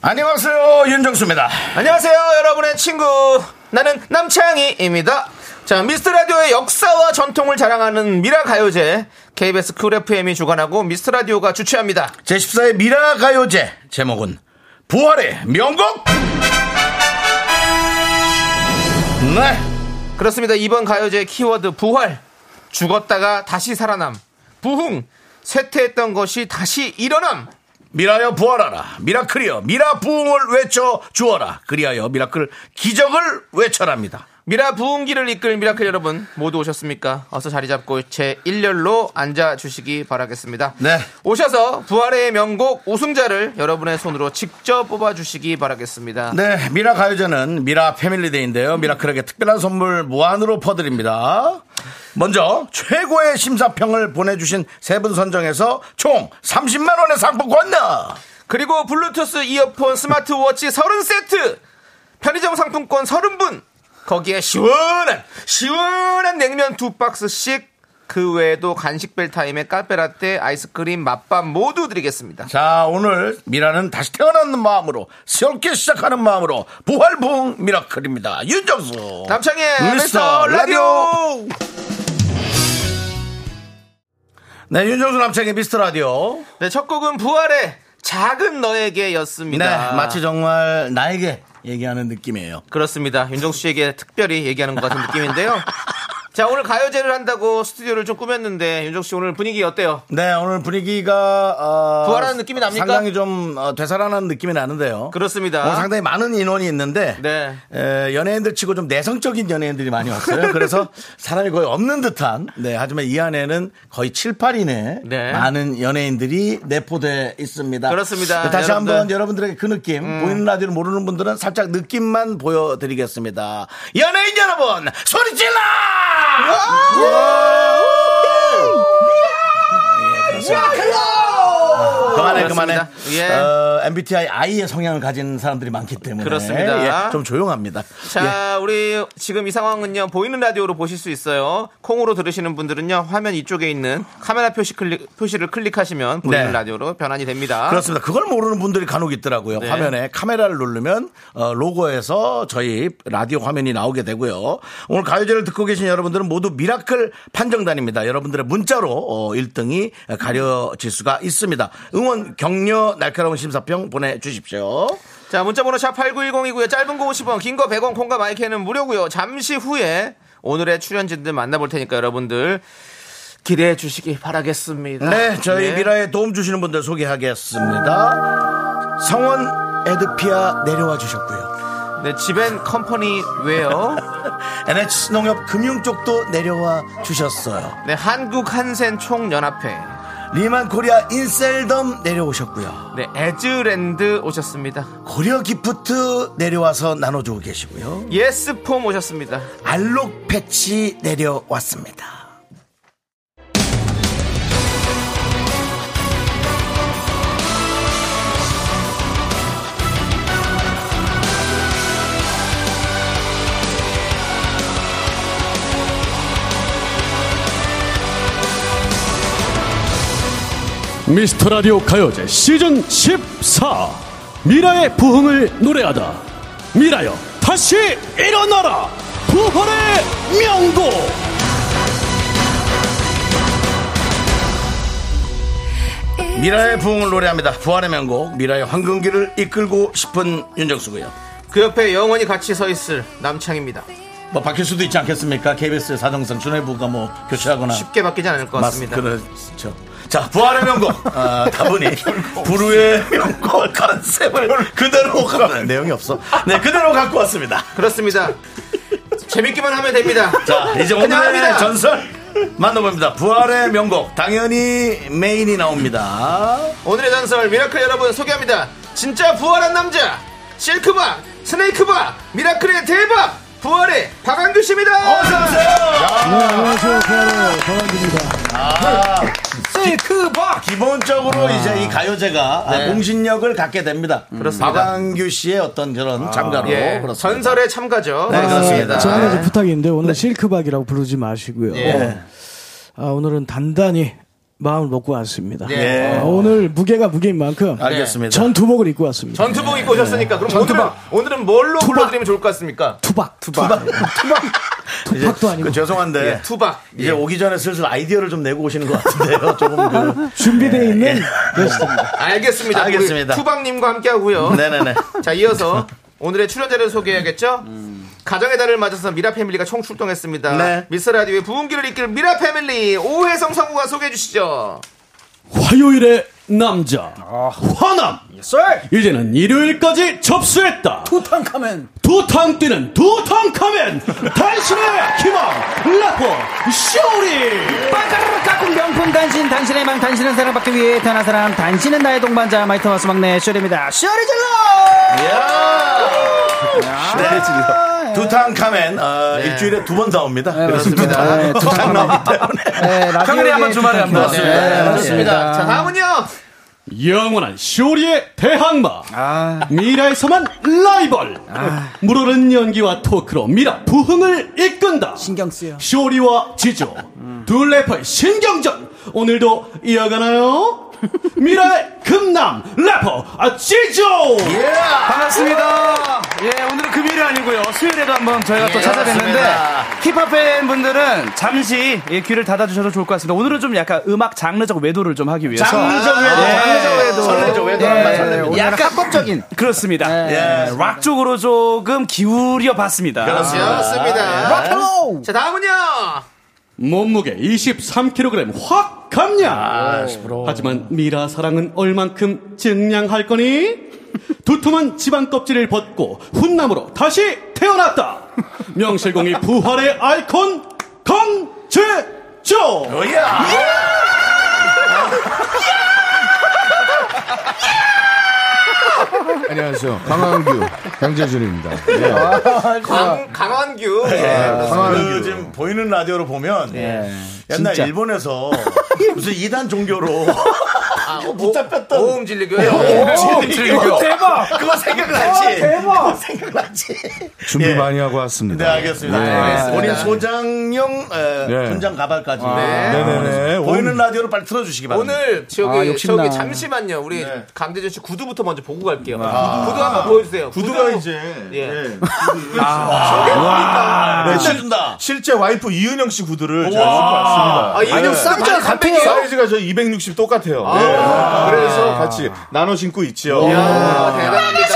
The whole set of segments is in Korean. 안녕하세요 윤정수입니다. 안녕하세요, 여러분의 친구. 나는 남창희입니다. 자, 미스터 라디오의 역사와 전통을 자랑하는 미라 가요제. KBS 쿨 FM이 주관하고 미스터 라디오가 주최합니다. 제14회 미라 가요제 제목은 부활의 명곡. 네. 그렇습니다. 이번 가요제 키워드 부활. 죽었다가 다시 살아남. 부흥. 쇠퇴했던 것이 다시 일어남. 미라여 부활하라 미라클이여 미라 부흥을 외쳐 주어라 그리하여 미라클 기적을 외쳐랍니다 미라 부흥기를 이끌 미라클 여러분 모두 오셨습니까? 어서 자리 잡고 제 1열로 앉아 주시기 바라겠습니다. 네. 오셔서 부활의 명곡 우승자를 여러분의 손으로 직접 뽑아 주시기 바라겠습니다. 네 미라 가요제는 미라 패밀리데이인데요 미라클에게 특별한 선물 무한으로 퍼드립니다 먼저 최고의 심사평을 보내주신 세 분 선정해서 총 30만원의 상품권 그리고 블루투스 이어폰 스마트워치 30세트 편의점 상품권 30분 거기에 시원한 시원한 냉면 두 박스씩 그 외에도 간식벨 타임에 카페라떼 아이스크림 맛밥 모두 드리겠습니다. 자 오늘 미라는 다시 태어나는 마음으로 새롭게 시작하는 마음으로 부활 부흥 미라클입니다 윤정수 남창의 미스터 미스터 라디오 네 윤정수 남창의 미스터 라디오 네, 첫 곡은 부활의 작은 너에게였습니다. 네, 마치 정말 나에게 얘기하는 느낌이에요. 그렇습니다. 윤정수 씨에게 특별히 얘기하는 것 같은 느낌인데요. 자, 오늘 가요제를 한다고 스튜디오를 좀 꾸몄는데 윤정수 씨 오늘 분위기 어때요? 네, 오늘 분위기가 어, 부활하는 느낌이 납니까? 상당히 좀 어, 되살아나는 느낌이 나는데요. 그렇습니다. 오늘 상당히 많은 인원이 있는데 네. 에, 연예인들 치고 좀 내성적인 연예인들이 많이 왔어요. 그래서 사람이 거의 없는 듯한. 네, 하지만 이 안에는 거의 7, 8인의 네. 많은 연예인들이 내포돼 있습니다. 그렇습니다. 다시 여러분들. 음. 한번 여러분들에게 그 느낌 보이는 라디오를 모르는 분들은 살짝 느낌만 보여드리겠습니다. 연예인 여러분 소리 질러! 예, 그렇습니다. 그만해 그만해. 그렇습니다. 예. 어, MBTI I의 성향을 가진 사람들이 많기 때문에 그렇습니다. 예, 좀 조용합니다. 예, 자, 우리 지금 이 상황은요, 보이는 라디오로 보실 수 있어요. 콩으로 들으시는 분들은요, 화면 이쪽에 있는 카메라 표시 클릭, 표시를 클릭하시면 보이는 네. 라디오로 변환이 됩니다. 그렇습니다. 그걸 모르는 분들이 간혹 있더라고요. 네. 화면에 카메라를 누르면 어, 로고에서 저희 라디오 화면이 나오게 되고요. 오늘 가요제를 듣고 계신 여러분들은 모두 미라클 판정단입니다. 여러분들의 문자로 어, 1등이 가려질 수가 있습니다. 응원 격려 날카로운 심사평 보내주십시오. 자, 문자번호 샵 8910이고요. 짧은 거 50원, 긴 거 100원, 콩과 마이크는 무료고요. 잠시 후에 오늘의 출연진들 만나볼 테니까 여러분들 기대해 주시기 바라겠습니다. 네, 저희 네. 미라에 도움 주시는 분들 소개하겠습니다. 성원 에드피아 내려와 주셨고요. 네, 집엔 컴퍼니 웨어. NH 농협 금융 쪽도 내려와 주셨어요. 네, 한국 한센 총연합회. 리만 코리아 인셀덤 내려오셨고요. 네, 에즈랜드 오셨습니다. 고려 기프트 내려와서 나눠주고 계시고요. 예스폼 오셨습니다. 알록 패치 내려왔습니다. 미스터 라디오 가요제 시즌 14 미라의 부흥을 노래하다 미라여 다시 일어나라 부활의 명곡 미라의 부흥을 노래합니다. 부활의 명곡 미라의 황금기를 이끌고 싶은 윤정수고요. 그 옆에 영원히 같이 서 있을 남창입니다. 뭐 바뀔 수도 있지 않겠습니까? KBS의 사정상 준해부가 뭐 교체하거나 쉽게 바뀌지 않을 것 같습니다. 그렇죠. 자, 부활의 명곡. 아, 다분히 부르의 명곡 컨셉을 그대로 갖고 내용이 없어. 네, 그대로 갖고 왔습니다. 그렇습니다. 재밌기만 하면 됩니다. 자, 이제 오늘의 끝나갑니다. 전설 만나봅니다. 부활의 명곡. 당연히 메인이 나옵니다. 오늘의 전설 미라클 여러분 소개합니다. 진짜 부활한 남자 실크바 스네이크바 미라클의 대박 부활의 박한규 씨입니다. 네, 안녕하세요. 아. 네, 부활의 권한규입니다. 실크바 기본적으로 이제 이 가요제가 아, 네. 공신력을 갖게 됩니다. 그렇습니다. 박완규 씨의 어떤 그런 참가로 예, 그렇습니다. 전설의 참가죠. 네, 그렇습니다. 아, 저 하나 네. 좀 부탁인데 오늘 실크박이라고 부르지 마시고요. 예. 아, 오늘은 단단히 마음을 먹고 왔습니다. 예. 아, 오늘 무게가 무게인 만큼 네. 알겠습니다. 전투복을 입고 왔습니다. 전투복 입고 오셨으니까 그럼 오늘은 오늘은 뭘로 불러드리면 좋을 것 같습니까? 투박, 투박, 투박, 이제 투박도 아니고 그 죄송한데 투박. 예. 이제 오기 전에 슬슬 아이디어를 좀 내고 오시는 것 같은데요. 조금 그 예. 준비되어 예. 있는 여시입니다. 알겠습니다. 우리 알겠습니다. 투박님과 함께 하고요. 네네네. 자, 이어서 오늘의 출연자를 소개해야겠죠? 가정의 달을 맞아서 미라 패밀리가 총 출동했습니다. 네. 미스 라디오의 부흥기를 이끌 미라 패밀리 오혜성 성우가 소개해 주시죠. 화요일의 남자 아. 화남 이제는 일요일까지 접수했다 투탕카멘. 두탕 뛰는 두탕카멘 당신의 희망 래퍼 쇼리 반짝으로 깎은 명품 단신, 당신의 맘, 당신은 사랑받기 위해 태어난 사람, 당신은 나의 동반자, 마이터마스 막내 쇼리입니다. 쇼리 질러! 네, 네. 두탕카멘 어, 네. 일주일에 두 번 나옵니다. 그렇습니다. 네, 두탕 나오기 때문에 네, 라디오에 평일에 한번 주말에 한번. 그렇습니다. 네, 네, 그렇습니다. 자, 맞습니다. 다음은요. 영원한 쇼리의 대항마 아. 미라에서만 라이벌 물오른 연기와 토크로 미라 부흥을 이끈다 신경 쓰여. 음. 쇼리와 지조 둘 래퍼의 신경전 오늘도 이어가나요? 미라의 금남 래퍼 아 지조 예, 반갑습니다. 예, 오늘은 금요일이 아니고요. 수요일에도 한번 저희가 또 그렇습니다. 찾아뵙는데 힙합 팬분들은 잠시 예, 귀를 닫아주셔도 좋을 것 같습니다. 오늘은 좀 약간 음악 장르적 외도를 좀 하기 위해서 아, 예. 장르적 아, 예. 외도, 장르적 외도. 설레죠, 외도. 예. 한번 설렙니다. 약간 합법적인 그렇습니다. 예. 예, 락 쪽으로 조금 기울여 봤습니다. 아. 그렇습니다. 자, 다음은요. 몸무게 23kg 확 감량. 아, 하지만 미라 사랑은 얼만큼 증량할 거니? 두툼한 지방 껍질을 벗고 훈남으로 다시 태어났다. 명실공히 부활의 아이콘 강재조. 안녕하세요. 강한규 강재준입니다. 네. 강, 강원규. 네. 예. 아, 그 지금 보이는 라디오로 보면 네. 옛날 일본에서 무슨 이단 종교로 네. 아, 오- 어, 붙잡혔던 오음 진리교요. 어, 오음 진리교. 대박! 그거 아, 생각나지? 그거 생각나지? 준비 아, 예. 많이 하고 네, 왔습니다. 알겠습니다. 네. 알겠습니다. 본인 소장용 에, 네. 분장 가발까지. 네네네. 보이는 라디오를 빨리 틀어주시기 바랍니다. 오늘 저기 아, 욕심나. 저기 잠시만요. 우리 강대준 씨 구두부터 먼저 보고 갈게요. 구두 한번 보여주세요. 구두가 이제 예. 예. 아, 오늘 끝내준다. 아, 실제 와이프 이은영 씨 구두를 제가 신고 왔습니다. 네. 아, 이은영 쌍자 같아요. 사이즈가 저 260 똑같아요. 네. 그래서 같이 나눠 신고 있지요. 네. 아, 대단합니다.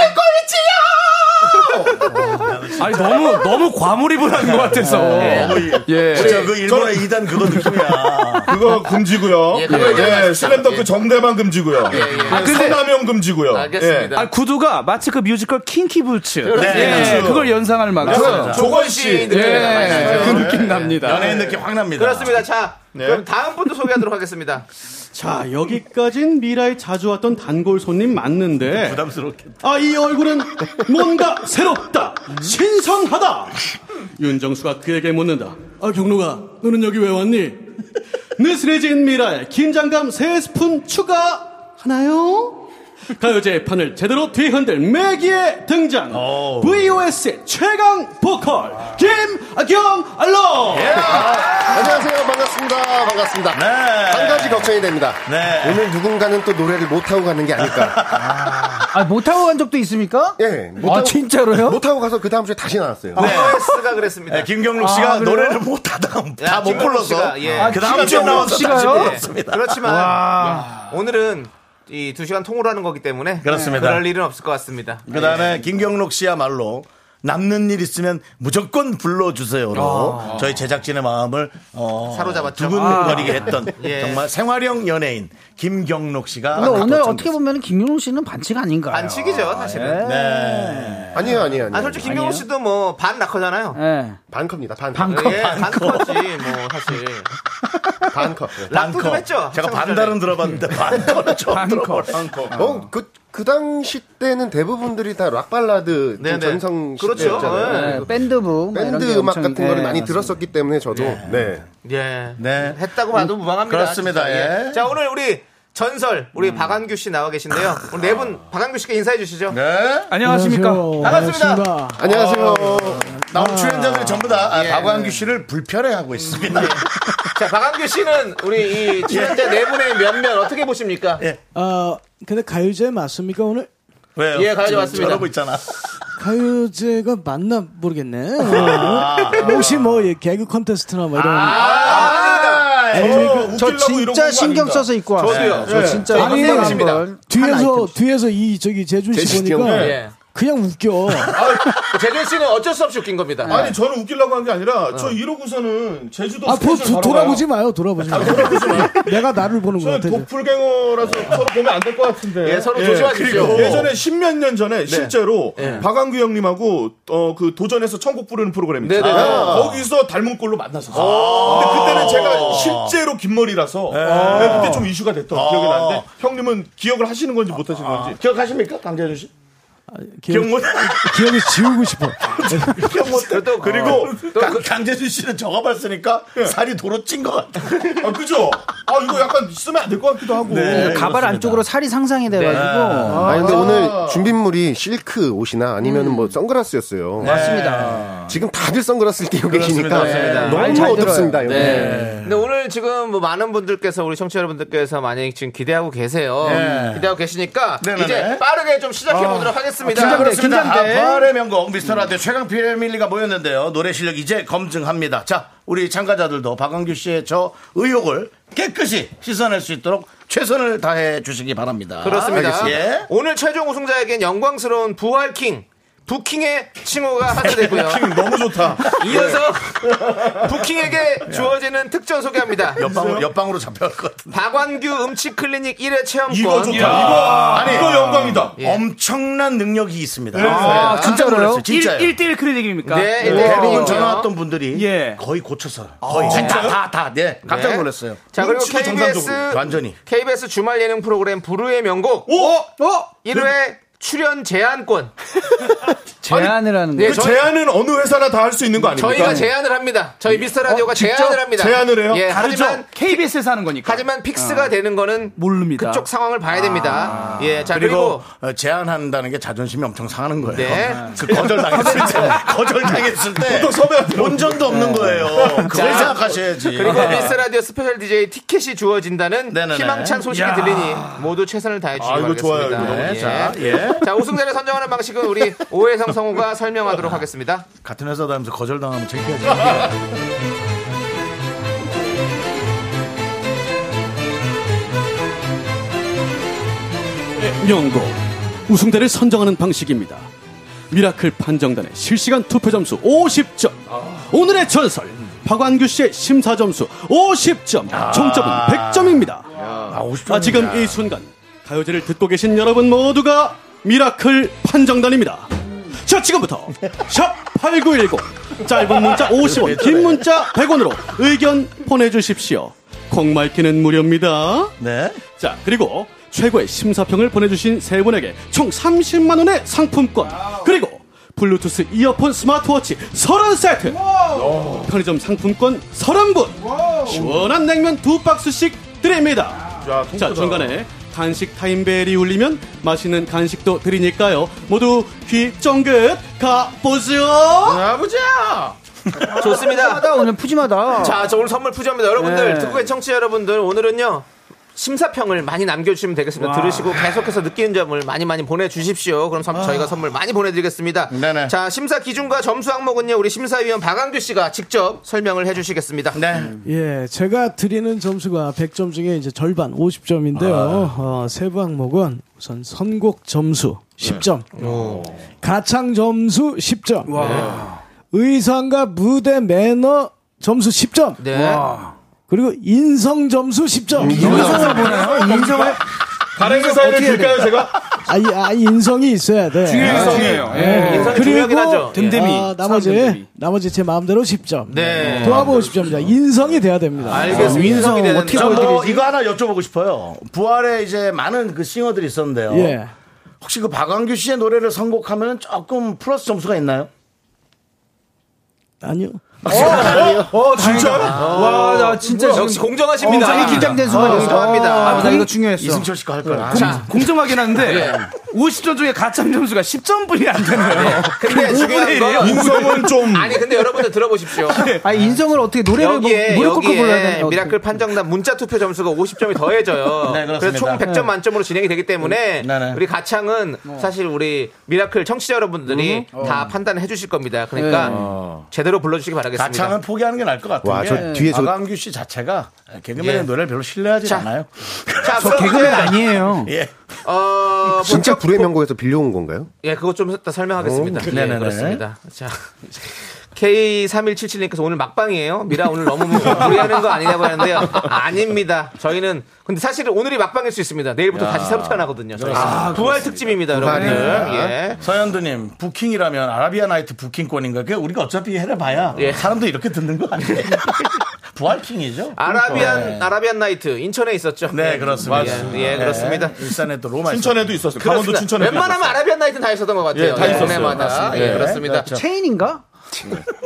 아니 너무 너무 과몰입을 한 것 네. 같아서 네. 예. 진짜 그 일본의 이단 그거 느낌이야. 그거 금지고요. 예, 예, 그거 얘기하겠습니다. 슬램덩크 예. 정대만 금지고요. 예, 근데- 서남용 금지고요. 알겠습니다. 그렇죠. 아, 구두가 마치 그 뮤지컬 킹키부츠 네. 예, 그걸 연상할 만큼 예. 조건 씨 씨. 느낌이 예, 나요. 그 느낌 납니다. 연예인 느낌 확 네. 납니다. 네. 그렇습니다. 자, 그럼 다음 분도 소개하도록 하겠습니다. 자 여기까진 미라에 자주 왔던 단골 손님 맞는데 부담스럽게. 아 이 얼굴은 뭔가 새롭다 신선하다 윤정수가 그에게 묻는다 아 경로가 너는 여기 왜 왔니 느슨해진 미라에 긴장감 세스푼 추가 하나요? 가요제의 판을 제대로 뒤흔들 매기의 등장 VOS의 최강 보컬 김경 알로 예. 안녕하세요. 반갑습니다. 반갑습니다. 한 네. 가지 걱정이 됩니다. 네. 오늘 누군가는 또 노래를 못하고 가는 게 아닐까. 아, 못하고 간 적도 있습니까? 예. 아, 못하고, 진짜로요? 못하고 가서 그 다음 주에 다시 나왔어요. 아, OS가 그랬습니다. 네, 김경록 씨가 아, 노래를 못하다, 야, 다못 김경록 불러서. 씨가, 예. 그 다음 주에 김경록 나와서 다시 씨가요? 불렀습니다. 그렇지만 오늘은 이 두 시간 통으로 하는 거기 때문에 네, 그렇습니다. 그럴 일은 없을 것 같습니다. 예. 그 다음에 김경록 씨야말로 남는 일 있으면 무조건 불러주세요로 저희 제작진의 마음을 어, 사로잡았죠. 두근거리게 했던 예. 정말 생활형 연예인 김경록 아, 씨가 근데 오늘 가도록 어떻게 보면 김용훈 씨는 반칙 아닌가요? 예. 반칙이죠, 사실은. 아, 네. 아니에요, 아니에요, 아니에요. 아, 솔직히 김경호 씨도 뭐 반 낙커잖아요. 예. 반컵입니다, 반컵. 예, 반커지 뭐 사실. 반컵. 락도 좀 반컵. 했죠. 제가 학창 시절에. 반달은 들어봤는데 반컵은 처음 들어봤어요. 어, 그, 그 당시 때는 대부분들이 다 락발라드 네네. 전성 그렇죠. 시대였잖아요. 네, 밴드부 뭐 이런 밴드 게 음악 엄청- 같은 네, 거를 많이 맞습니다. 들었었기 때문에 저도 네. 예. 네. 했다고 봐도 음, 무방합니다. 그렇습니다. 진짜. 예. 자, 오늘 우리 전설, 음. 우리 박한규 씨 나와 계신데요. 오늘 네 분, 박한규 씨께 인사해 주시죠. 네. 안녕하십니까. 반갑습니다. 안녕하세요. 어, 나온 출연자들이 전부 다 아, 예. 박완규 씨를 불편해하고 있습니다. 자, 박한규 씨는 우리 이 출연자 네 분의 몇몇 어떻게 보십니까? 예. 어, 근데 가요제 맞습니까 오늘? 왜요? 예, 가져왔습니다. 저러고 있잖아. 가요제가 맞나 모르겠네. 어, 혹시 뭐 예, 개그 콘테스트나 뭐 이런. 아, 아니, 저, 저 그- 진짜 신경 써서 입고 왔어요. 저 진짜 아니, 한번 아닙니다. 한번 뒤에서 뒤에서 이 저기 제준 씨 제주 씨 보니까 때문에. 예. 그냥 웃겨. 그 재준 씨는 어쩔 수 없이 웃긴 겁니다. 네. 어. 아니 저는 웃기려고 한 게 아니라 저 이러고서는 제주도 아, 보, 스케줄 바로 돌아보지 마요, 돌아보지 마요. 내가 나를 보는 것 같아. 가요. 도플갱어라서 서로 보면 안 될 것 같은데. 예, 서로 조심하십시오. 그리고 예전에 십몇 년 전에 실제로 예. 박완규 형님하고 어, 그 도전에서 천국 부르는 프로그램 네, 있잖아요. 네, 네. 거기서 닮은 꼴로 만났었어요. 아. 근데 그때는 제가 아. 실제로 긴 머리라서 아. 네, 그때 좀 이슈가 됐던 아. 기억이 나는데 형님은 기억을 하시는 건지 못 하시는 건지. 기억하십니까? 강재준 씨? 기억 못 기억을 지우고 싶어. 기억 못 또 그리고 강, 강재준 씨는 저가 봤으니까 살이 도로 찐 것 같아. 아, 그죠? 아, 이거 약간 쓰면 안 될 것 같기도 하고. 네. 그 가발 안쪽으로 살이 상상이 돼가지고. 네, 아, 근데 오늘 준비물이 실크 옷이나 아니면 뭐 선글라스였어요. 맞습니다. 지금 다들 선글라스를 끼고 계시니까 그렇습니다. 네, 말 너무 잘 들어요. 어둡습니다. 여기. 네. 근데 오늘 지금 뭐 많은 분들께서 우리 청취자 여러분들께서 많이 지금 기대하고 계세요. 네. 기대하고 계시니까 네네네. 어, 이제 빠르게 좀 시작해 보도록 하겠습니다. 아, 그렇습니다. 아, 바알의 명곡 미스터라디오 최강 패밀리가 모였는데요. 노래 실력 이제 검증합니다. 자, 우리 참가자들도 박광규 씨의 저 의혹을 깨끗이 씻어낼 수 있도록 최선을 다해 주시기 바랍니다. 그렇습니다. 예. 오늘 최종 우승자에겐 영광스러운 부활킹, 부킹의 칭호가 하차되고요. 네. 부킹 너무 좋다. 이어서 부킹에게 주어지는 특전 소개합니다. 옆방으로, 옆방으로 잡혀갈 것 같은데. 박완규 음치 클리닉 1회 체험권. 이거 좋다. 이거, 아니, 이거 영광이다. 예. 엄청난 능력이 있습니다. 네. 아, 깜짝 놀랐어요. 요 진짜요. 1대1 크리닉입니까? 네, 오. 대부분 전화 왔던 분들이 예. 거의 고쳐서 거의 다, 아. 진짜요? 다, 다, 네. 아, 깜짝 놀랐어요. 자, 그리고 눈치도 KBS 정상적으로. 완전히. KBS 주말 예능 프로그램 부르의 명곡. 오! 어? 오! 그- 1회 출연 제한권. 제안을 하는 네, 거예요. 그 제안은 어느 회사나 다 할 수 있는 거 아닙니까? 저희가 제안을 합니다. 저희 미스터 라디오가 어, 직접 제안을 합니다. 제안을 해요? 예, 다르죠? 하지만 KBS에서 하는 거니까. 하지만 픽스가 되는 거는 아. 모릅니다. 그쪽 상황을 봐야 됩니다. 예, 자 아. 그리고, 그리고, 어, 제안한다는 게 자존심이 엄청 상하는 거예요. 네. 그 거절당했을 때, 거절당했을 때, 보통 섭외한테 본전도 없는 거예요. 그걸 자, 생각하셔야지. 네. 그리고 미스 라디오 스페셜 DJ 티켓이 주어진다는 네네네. 희망찬 소식이 야. 들리니 모두 최선을 다해 주시기 아, 이거 좋아요. 바라겠습니다. 이거 너무 예. 좋다. 예. 자, 우승자를 선정하는 방식은 우리 오해성 성우가 설명하도록 하겠습니다. 아, 같은 회사 다니면서 거절당하면 창피하죠. 명곡 우승자를 선정하는 방식입니다. 미라클 판정단의 실시간 투표 점수 50점. 오늘의 전설 박완규 씨의 심사 점수 50점. 아. 총점은 100점입니다. 아, 50점. 아, 지금 이 순간 가요제를 듣고 계신 여러분 모두가 미라클 판정단입니다. 자 지금부터 샵8910 짧은 문자 50원 긴 문자 100원으로 의견 보내주십시오. 콩말기는 무료입니다. 네. 자 그리고 최고의 심사평을 보내주신 세 분에게 총 30만 원의 상품권 그리고 블루투스 이어폰 스마트워치 30세트 편의점 상품권 30분 시원한 냉면 두 박스씩 드립니다 아, 자 중간에 간식 타임벨이 울리면 맛있는 간식도 드리니까요 모두 귀 쫑긋 가보죠 아버지야. 좋습니다. 푸짐하다, 오늘 푸짐하다. 자, 저 오늘 선물 푸짐합니다. 여러분들, 네. 듣고 계신 청취자 여러분들, 오늘은요. 심사평을 많이 남겨주시면 되겠습니다. 들으시고 계속해서 느끼는 점을 많이 많이 보내주십시오. 그럼 선- 아. 저희가 선물 많이 보내드리겠습니다. 네네. 자, 심사 기준과 점수 항목은요, 우리 심사위원 박한규 씨가 직접 설명을 해주시겠습니다. 네. 예, 제가 드리는 점수가 100점 중에 이제 절반 50점인데요. 어, 세부 항목은 우선 선곡 점수 10점, 가창 점수 10점, 의상과 무대 매너 점수 10점, 네. 그리고 인성 점수 10점. 인성을 보나요? 인성을? 다른 회사를 들까요, 제가? 아, 이- 아, 인성이 있어야 돼. 아, 네. 인성이에요. 예. 인상이 중요하긴 그리고 하죠. 됨됨이. 아, 나머지 사람 됨됨이. 나머지 제 마음대로 10점. 네. 도합은 50점이다. 인성이 돼야 됩니다. 아, 알겠습니다. 인성이 되는 어떻게 점. 뭐 이거 하나 여쭤보고 싶어요. 부활에 이제 많은 그 싱어들이 있었는데요. 예. 혹시 그 박완규 씨의 노래를 선곡하면 조금 플러스 점수가 있나요? 아니요. 어, 어, 아, 진짜요? 와, 나 진짜 뭐야? 역시 공정하십니다. 굉장히 어, 긴장된 순간이었어. 공정합니다. 아, 나 이거 중요했어. 네. 이승철 씨가 할 거야. 아, 자, 그 예. 공정하긴 한데 50점 중에 가참 점수가 10점뿐이 안 아, 되네요. 근데 중요한 건 아니 근데 여러분들 들어보십시오. 아 인성을 어떻게 노래를 여기에 뭐, 무릎 꿇고 여기에 불러야 되는 그. 미라클 판정단 문자 투표 점수가 50점이 더해져요. 네, 그렇습니다. 그래서 총 100점 네. 뭐. 만점으로 진행이 되기 때문에 네, 네. 우리 가창은 사실 우리 미라클 청취자 여러분들이 음. 어. 다 판단을 해주실 겁니다. 그러니까 네. 제대로 불러주시기 바라겠습니다. 가창은 포기하는 게 나을 것 같은 와, 게 저 뒤에 저- 박완규 씨 자체가 개그맨의 예. 노래를 별로 신뢰하지 않아요. 자, 그럼 이제- 아니에요. 예. 어, 진짜 본격- 불의 명곡에서 빌려온 건가요? 예, 그거 좀 이따 설명하겠습니다. 오, 네, 네네네. 네, 그렇습니다. 자. K3177님께서 오늘 막방이에요? 미라 오늘 너무 무리하는 거 아니냐고 하는데요. 아닙니다. 저희는, 근데 사실 오늘이 막방일 수 있습니다. 내일부터 야. 다시 새로 태어나거든요. 저희 아, 부활 특집입니다, 여러분들. 예. 서현두님 부킹이라면 아라비아 나이트 부킹권인가? 그 우리가 어차피 해봐야 예. 사람도 이렇게 듣는 거 아니에요? 부활킹이죠. 아라비안, 네. 아라비안 나이트, 인천에 있었죠. 네 그렇습니다. 예, 예, 네. 그렇습니다. 일산에 또 로마 춘천에도 있었어요. 강원도 그렇습니다. 춘천에도 웬만하면 있었어요. 아라비안 나이트는 다 있었던 것 같아요. 예, 다 있었어요. 동네마다. 맞습니다. 예, 예. 그렇습니다. 그렇죠. 아, 체인인가?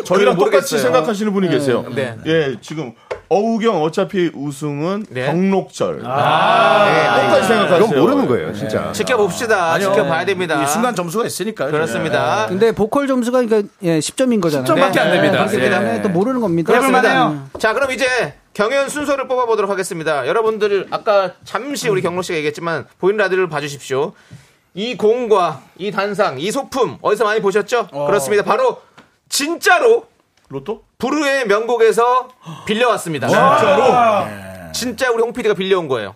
저희랑 그건 똑같이 모르겠어요. 생각하시는 분이 네. 계세요. 네. 예, 지금 어우경 어차피 우승은 경록절. 아. 네, 똑같이 생각하세요. 이건 모르는 거예요, 진짜. 아. 지켜봅시다. 아니요. 지켜봐야 됩니다. 이 순간 점수가 있으니까요. 그렇습니다. 네. 근데 보컬 점수가 그러니까 예, 10점인 거잖아요. 10점밖에 안 됩니다. 그렇기 예. 때문에 또 모르는 겁니다. 음. 그렇습니다. 자, 그럼 이제 경연 순서를 뽑아보도록 하겠습니다. 여러분들, 아까 잠시 우리 경로 씨가 얘기했지만, 보이는 라디오를 봐주십시오. 이 공과 이 단상, 이 소품, 어디서 많이 보셨죠? 그렇습니다. 바로, 진짜로. 로또? 부르의 명곡에서 빌려왔습니다. 네. 진짜로? 네. 진짜 우리 홍 PD가 빌려온 거예요.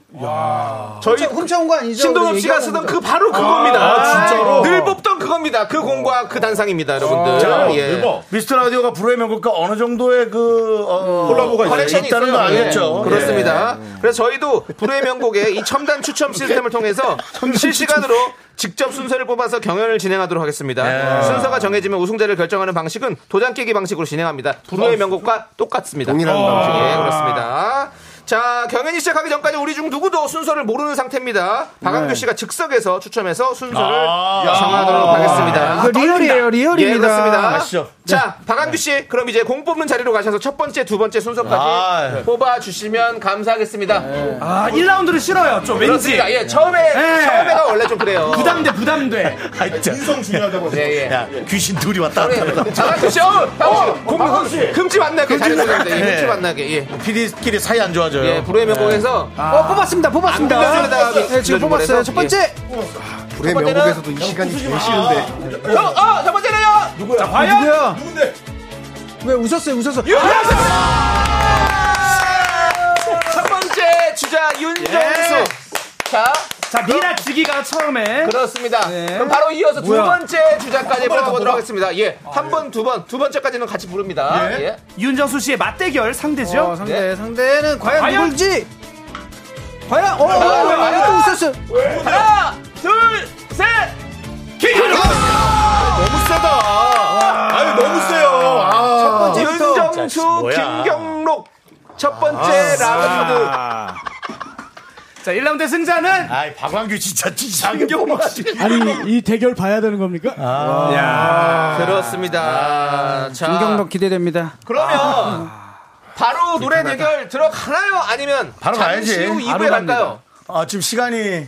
저희 훔쳐온 거 아니죠? 신동엽 씨가 얘기하는 쓰던 거죠? 그 바로 그겁니다. 아, 늘 뽑던 그겁니다. 그 공과 그 단상입니다, 여러분들. 어. 자, 예. 미스터 라디오가 불후의 명곡과 어느 정도의 그 어, 음, 커넥션이 있다는 거 있어요. 알겠죠? 네. 예, 그렇습니다. 그래서 저희도 불후의 명곡의 이 첨단 추첨 시스템을 통해서 실시간으로 직접 순서를 뽑아서 경연을 진행하도록 하겠습니다. 예. 순서가 정해지면 우승자를 결정하는 방식은 도장 깨기 방식으로 진행합니다. 어. 불후의 명곡과 똑같습니다. 동일한 어. 방식. 예, 그렇습니다. 자, 경연이 시작하기 전까지 우리 중 누구도 순서를 모르는 상태입니다. 박한규 네. 씨가 즉석에서 추첨해서 순서를 아. 정하도록 야. 아. 하겠습니다. 이거 리얼이에요, 리얼입니다. 예, 그렇습니다. 아시죠? 네. 자, 박한규 씨, 그럼 이제 공 뽑는 자리로 가셔서 첫 번째, 두 번째 순서까지 아, 예. 뽑아주시면 감사하겠습니다. 아, 1라운드를 싫어요. 좀 왠지. 그렇습니다. 예, 처음에, 예. 처음에가 원래 좀 그래요. 부담돼, 부담돼. 인성 중요하다고. 예, 예. 야, 귀신 둘이 왔다 갔다 아, 네. 하면서. 박한규 씨, 어, 박한규 씨. 금지 만나게 금지 잘했습니다. 그 만나게. 네. 금지 만나게, 예. PD끼리 사이 안 좋아져요. 예, 불후의 명곡에서 어, 뽑았습니다. 뽑았습니다. 안 들려줘요, 나. 네, 지금 들려준 뽑았어요. 거라서. 첫 번째. 불의 첫 번째는- 명곡에서도 이 시간이 제일 싫은데. 저, 아. 어, 첫 번째는요. 누구야? 자, 과연? 누구야? 누군데? 예! 왜 웃었어요? 웃었어. 아, 윤정수! 첫 번째 주자 윤정수. 예. 자, 자, 미라 지기가 처음에. 네. 그렇습니다. 그럼 바로 이어서 뭐야? 두 번째 주자까지 한번더 뽑아보도록 뽑아? 하겠습니다. 예, 한 번, 두 번, 두 번째까지는 같이 부릅니다. 예. 윤정수 씨의 맞대결 상대죠? 네. 어, 상대 상대는 과연, 과연? 아. 누굴지? 과연 어, 어, 과연? 어, 어, 또 웃었어요. 하나, 둘, 셋. 기회로. 너무 세다. 아유, 너무 세요. 아. 윤정수, 뭐야. 김경록. 첫 번째 아. 라운드. 자, 1라운드 승자는 아이, 박완규 진짜 어, 진상이 너무 아니 이 대결 봐야 되는 겁니까? 아. 그렇습니다. 자. 김경록 아, 기대됩니다. 그러면 바로 노래 대결 들어가나요? 아니면 바로 잠시 가야지. 후 2부에 바로 갑니다. 갈까요? 아, 지금 시간이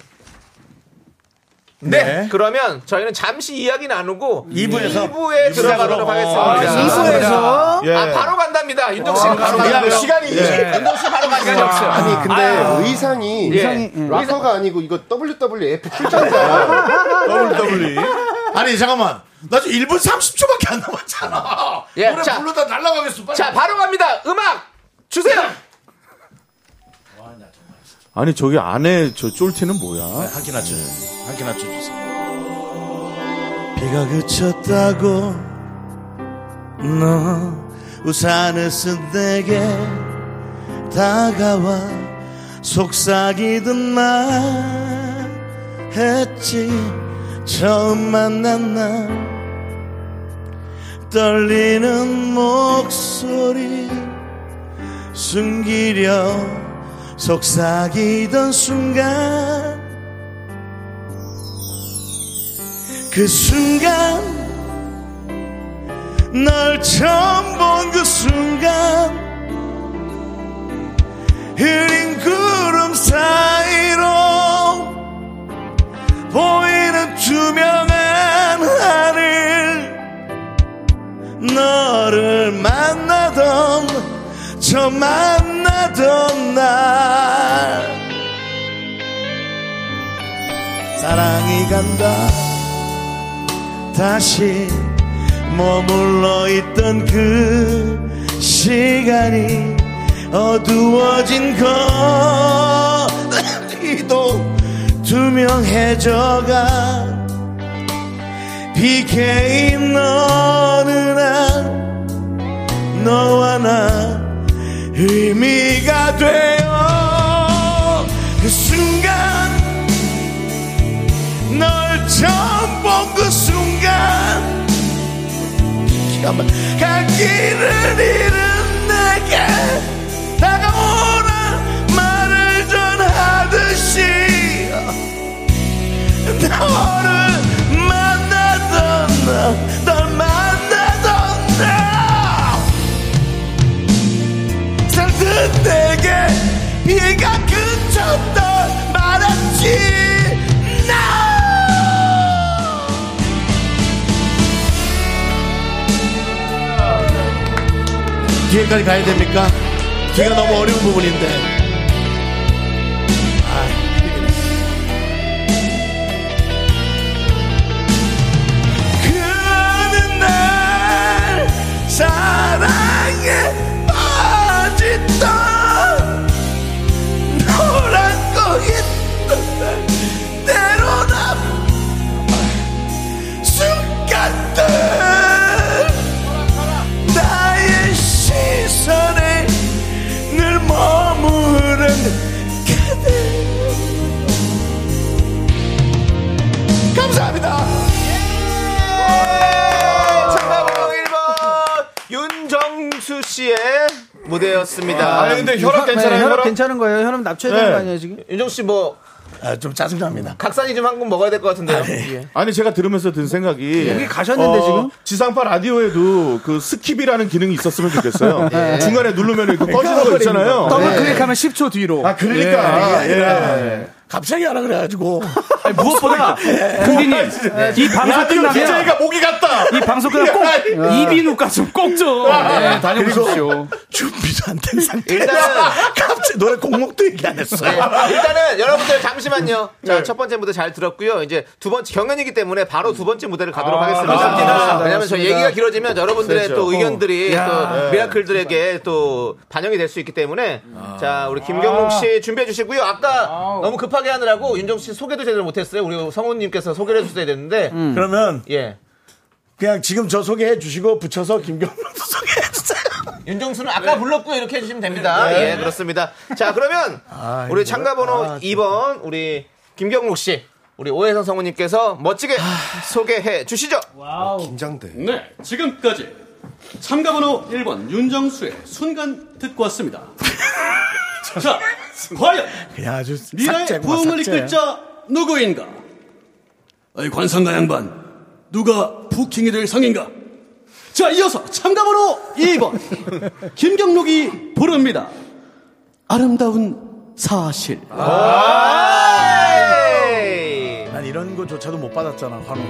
네. 네. 그러면 저희는 잠시 이야기 나누고 2부에서? 2부에 들어가도록 어, 하겠습니다. 이부에서 아, 바로 간답니다. 윤정 씨 바로 야, 간다. 시간이 윤정 씨 바로 간 시간이 없어요. 아니 근데 의상이 의상이, 예. 락커가 아니고 이거 E WWF 출전자 WWE. E. 아니, 잠깐만. 나 지금 1분 30초밖에 안 남았잖아. 예, 노래 자. 부르다 날아가겠어. 빨리. 자, 바로 갑니다. 음악 주세요. 아니, 저기 안에 저 쫄티는 뭐야? 한끼 낮춰주세요. 한끼 낮춰주세요. 비가 그쳤다고 너 우산을 쓴 내게 다가와 속삭이던 말 했지 처음 만난 날 떨리는 목소리 숨기려 속삭이던 순간 그 순간 널 처음 본 그 순간 흐린 구름 사이로 보이는 투명한 하늘 너를 만나던 저 만나던 날 사랑이 간다 다시 머물러 있던 그 시간이 어두워진 거리도 투명해져가 BK 너는 안 너와 나 의미가 돼요 그 순간 널 처음 본 그 순간 기가 막- 갈 길을 잃은 내게 다가오란 말을 전하듯이 너를 만나던 나, 널 만나던 나 살듯 내게 비가 그쳤던 말았지 나 뒤에까지 가야 됩니까? 뒤가 너무 어려운 부분인데. 아, 그 어느 날 사랑에 빠졌던 노란 거기 때로 나 순간들 나의 시선에 늘 머무른 그대 감사합니다 정답은 1번 윤정수 씨의 무대였습니다. 아, 근데 혈압 괜찮아요, 혈압? 괜찮은 거예요? 혈압 낮춰야 네. 되는 거 아니에요, 지금? 윤정수 씨 뭐. 좀 짜증납니다. 각산이 좀 한 건 먹어야 될 것 같은데요. 예. 아니 제가 들으면서 든 생각이 어, 여기 가셨는데, 지금? 지상파 라디오에도 그 스킵이라는 기능이 있었으면 좋겠어요. 예. 중간에 누르면 이렇게 꺼지는 거 있잖아요. 더블 예. 클릭하면 10초 뒤로. 아 그러니까 예. 예. 갑자기 하라 그래가지고 예. 아, 아니, 무엇보다 공디님 이 방송 라디오 끝나면 DJ가 목이 갔다. 이 방송 끝나면 꼭 야. 이비인후과 좀 꼭 좀. 네, 다녀오십시오. 준비도 안된 상태. 일단은- 갑자기 노래 공목도 얘기 안 예. 했어요. 일단은 여러분들 잠시만요. 네. 자, 첫 번째 무대 잘 들었고요. 이제 두 번째 경연이기 때문에 바로 두 번째 무대를 아, 가도록 하겠습니다. 맞습니다. 맞습니다. 왜냐면 저 맞습니다. 얘기가 길어지면 여러분들의 그렇죠. 또 의견들이 어. 또 야. 미라클들에게 또 반영이 될 수 있기 때문에 자, 우리 김경록 아. 씨 준비해 주시고요. 아까 너무 급하게 하느라고 윤정 씨 소개도 제대로 못 했어요. 우리 성훈 님께서 소개를 해 주셔야 되는데. 그러면 예. 그냥 지금 저 소개해 주시고 붙여서 김경록 윤정수는 아까 네. 불렀고 이렇게 해주시면 됩니다. 네. 예, 그렇습니다. 자, 그러면 우리 아, 참가번호 2번 우리 김경록 씨, 우리 오해성 성우님께서 멋지게 소개해 주시죠. 긴장돼. 네, 지금까지 참가번호 1번 윤정수의 순간 듣고 왔습니다. 자, 과연 그냥 아주 미라의 삭제구만, 부흥을 삭제. 이끌 자 누구인가? 어이 관상가 양반, 누가 부킹이 될 상인가? 자, 이어서 참가번호 2번 김경록이 부릅니다. 아름다운 사실. 아. 난 이런 거조차도 못 받았잖아 환호.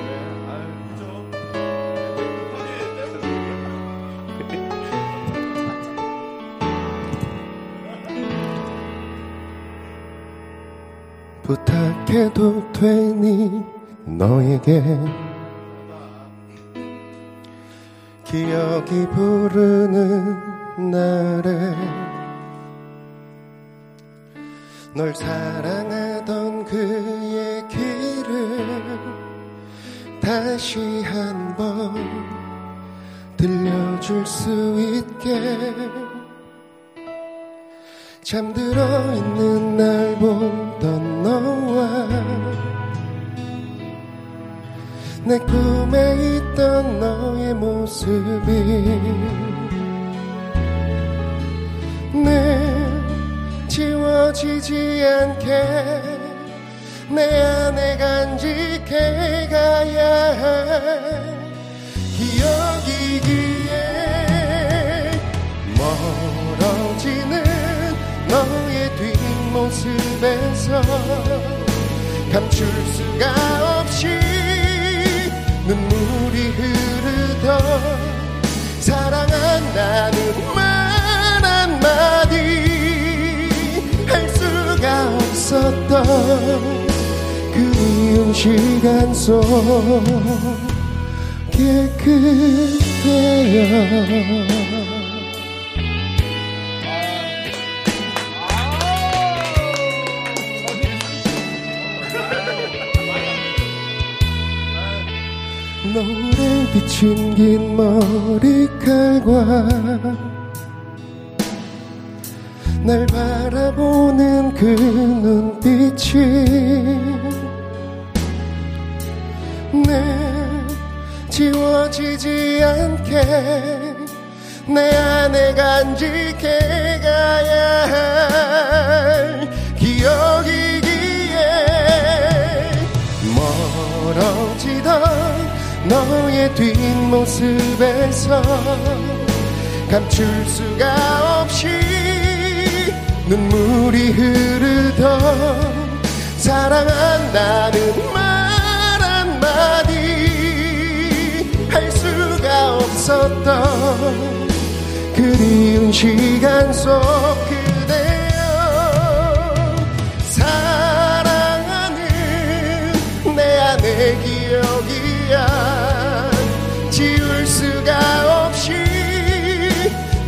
부탁해도 되니 너에게 기억이 부르는 날에 널 사랑하던 그 얘기를 다시 한번 들려줄 수 있게 잠들어 있는 날 보던 너와 내 꿈에 있던 너의 모습이 늘 지워지지 않게 내 안에 간직해 가야 할 기억이기에 멀어지는 너의 뒷모습에서 감출 수가 없이 눈물이 흐르던 사랑한다는 말 한마디 할 수가 없었던 그 미운 시간 속 깨끗해요 노래 비친 긴 머리칼과 날 바라보는 그 눈빛이 내 지워지지 않게 내 안에 간직해 가야 할 기억이기에 멀어지던 너의 뒷모습에서 감출 수가 없이 눈물이 흐르던 사랑한다는 말 한마디 할 수가 없었던 그리운 시간 속 그대여 사랑하는 내 안의 기억이야 지울 수가 없이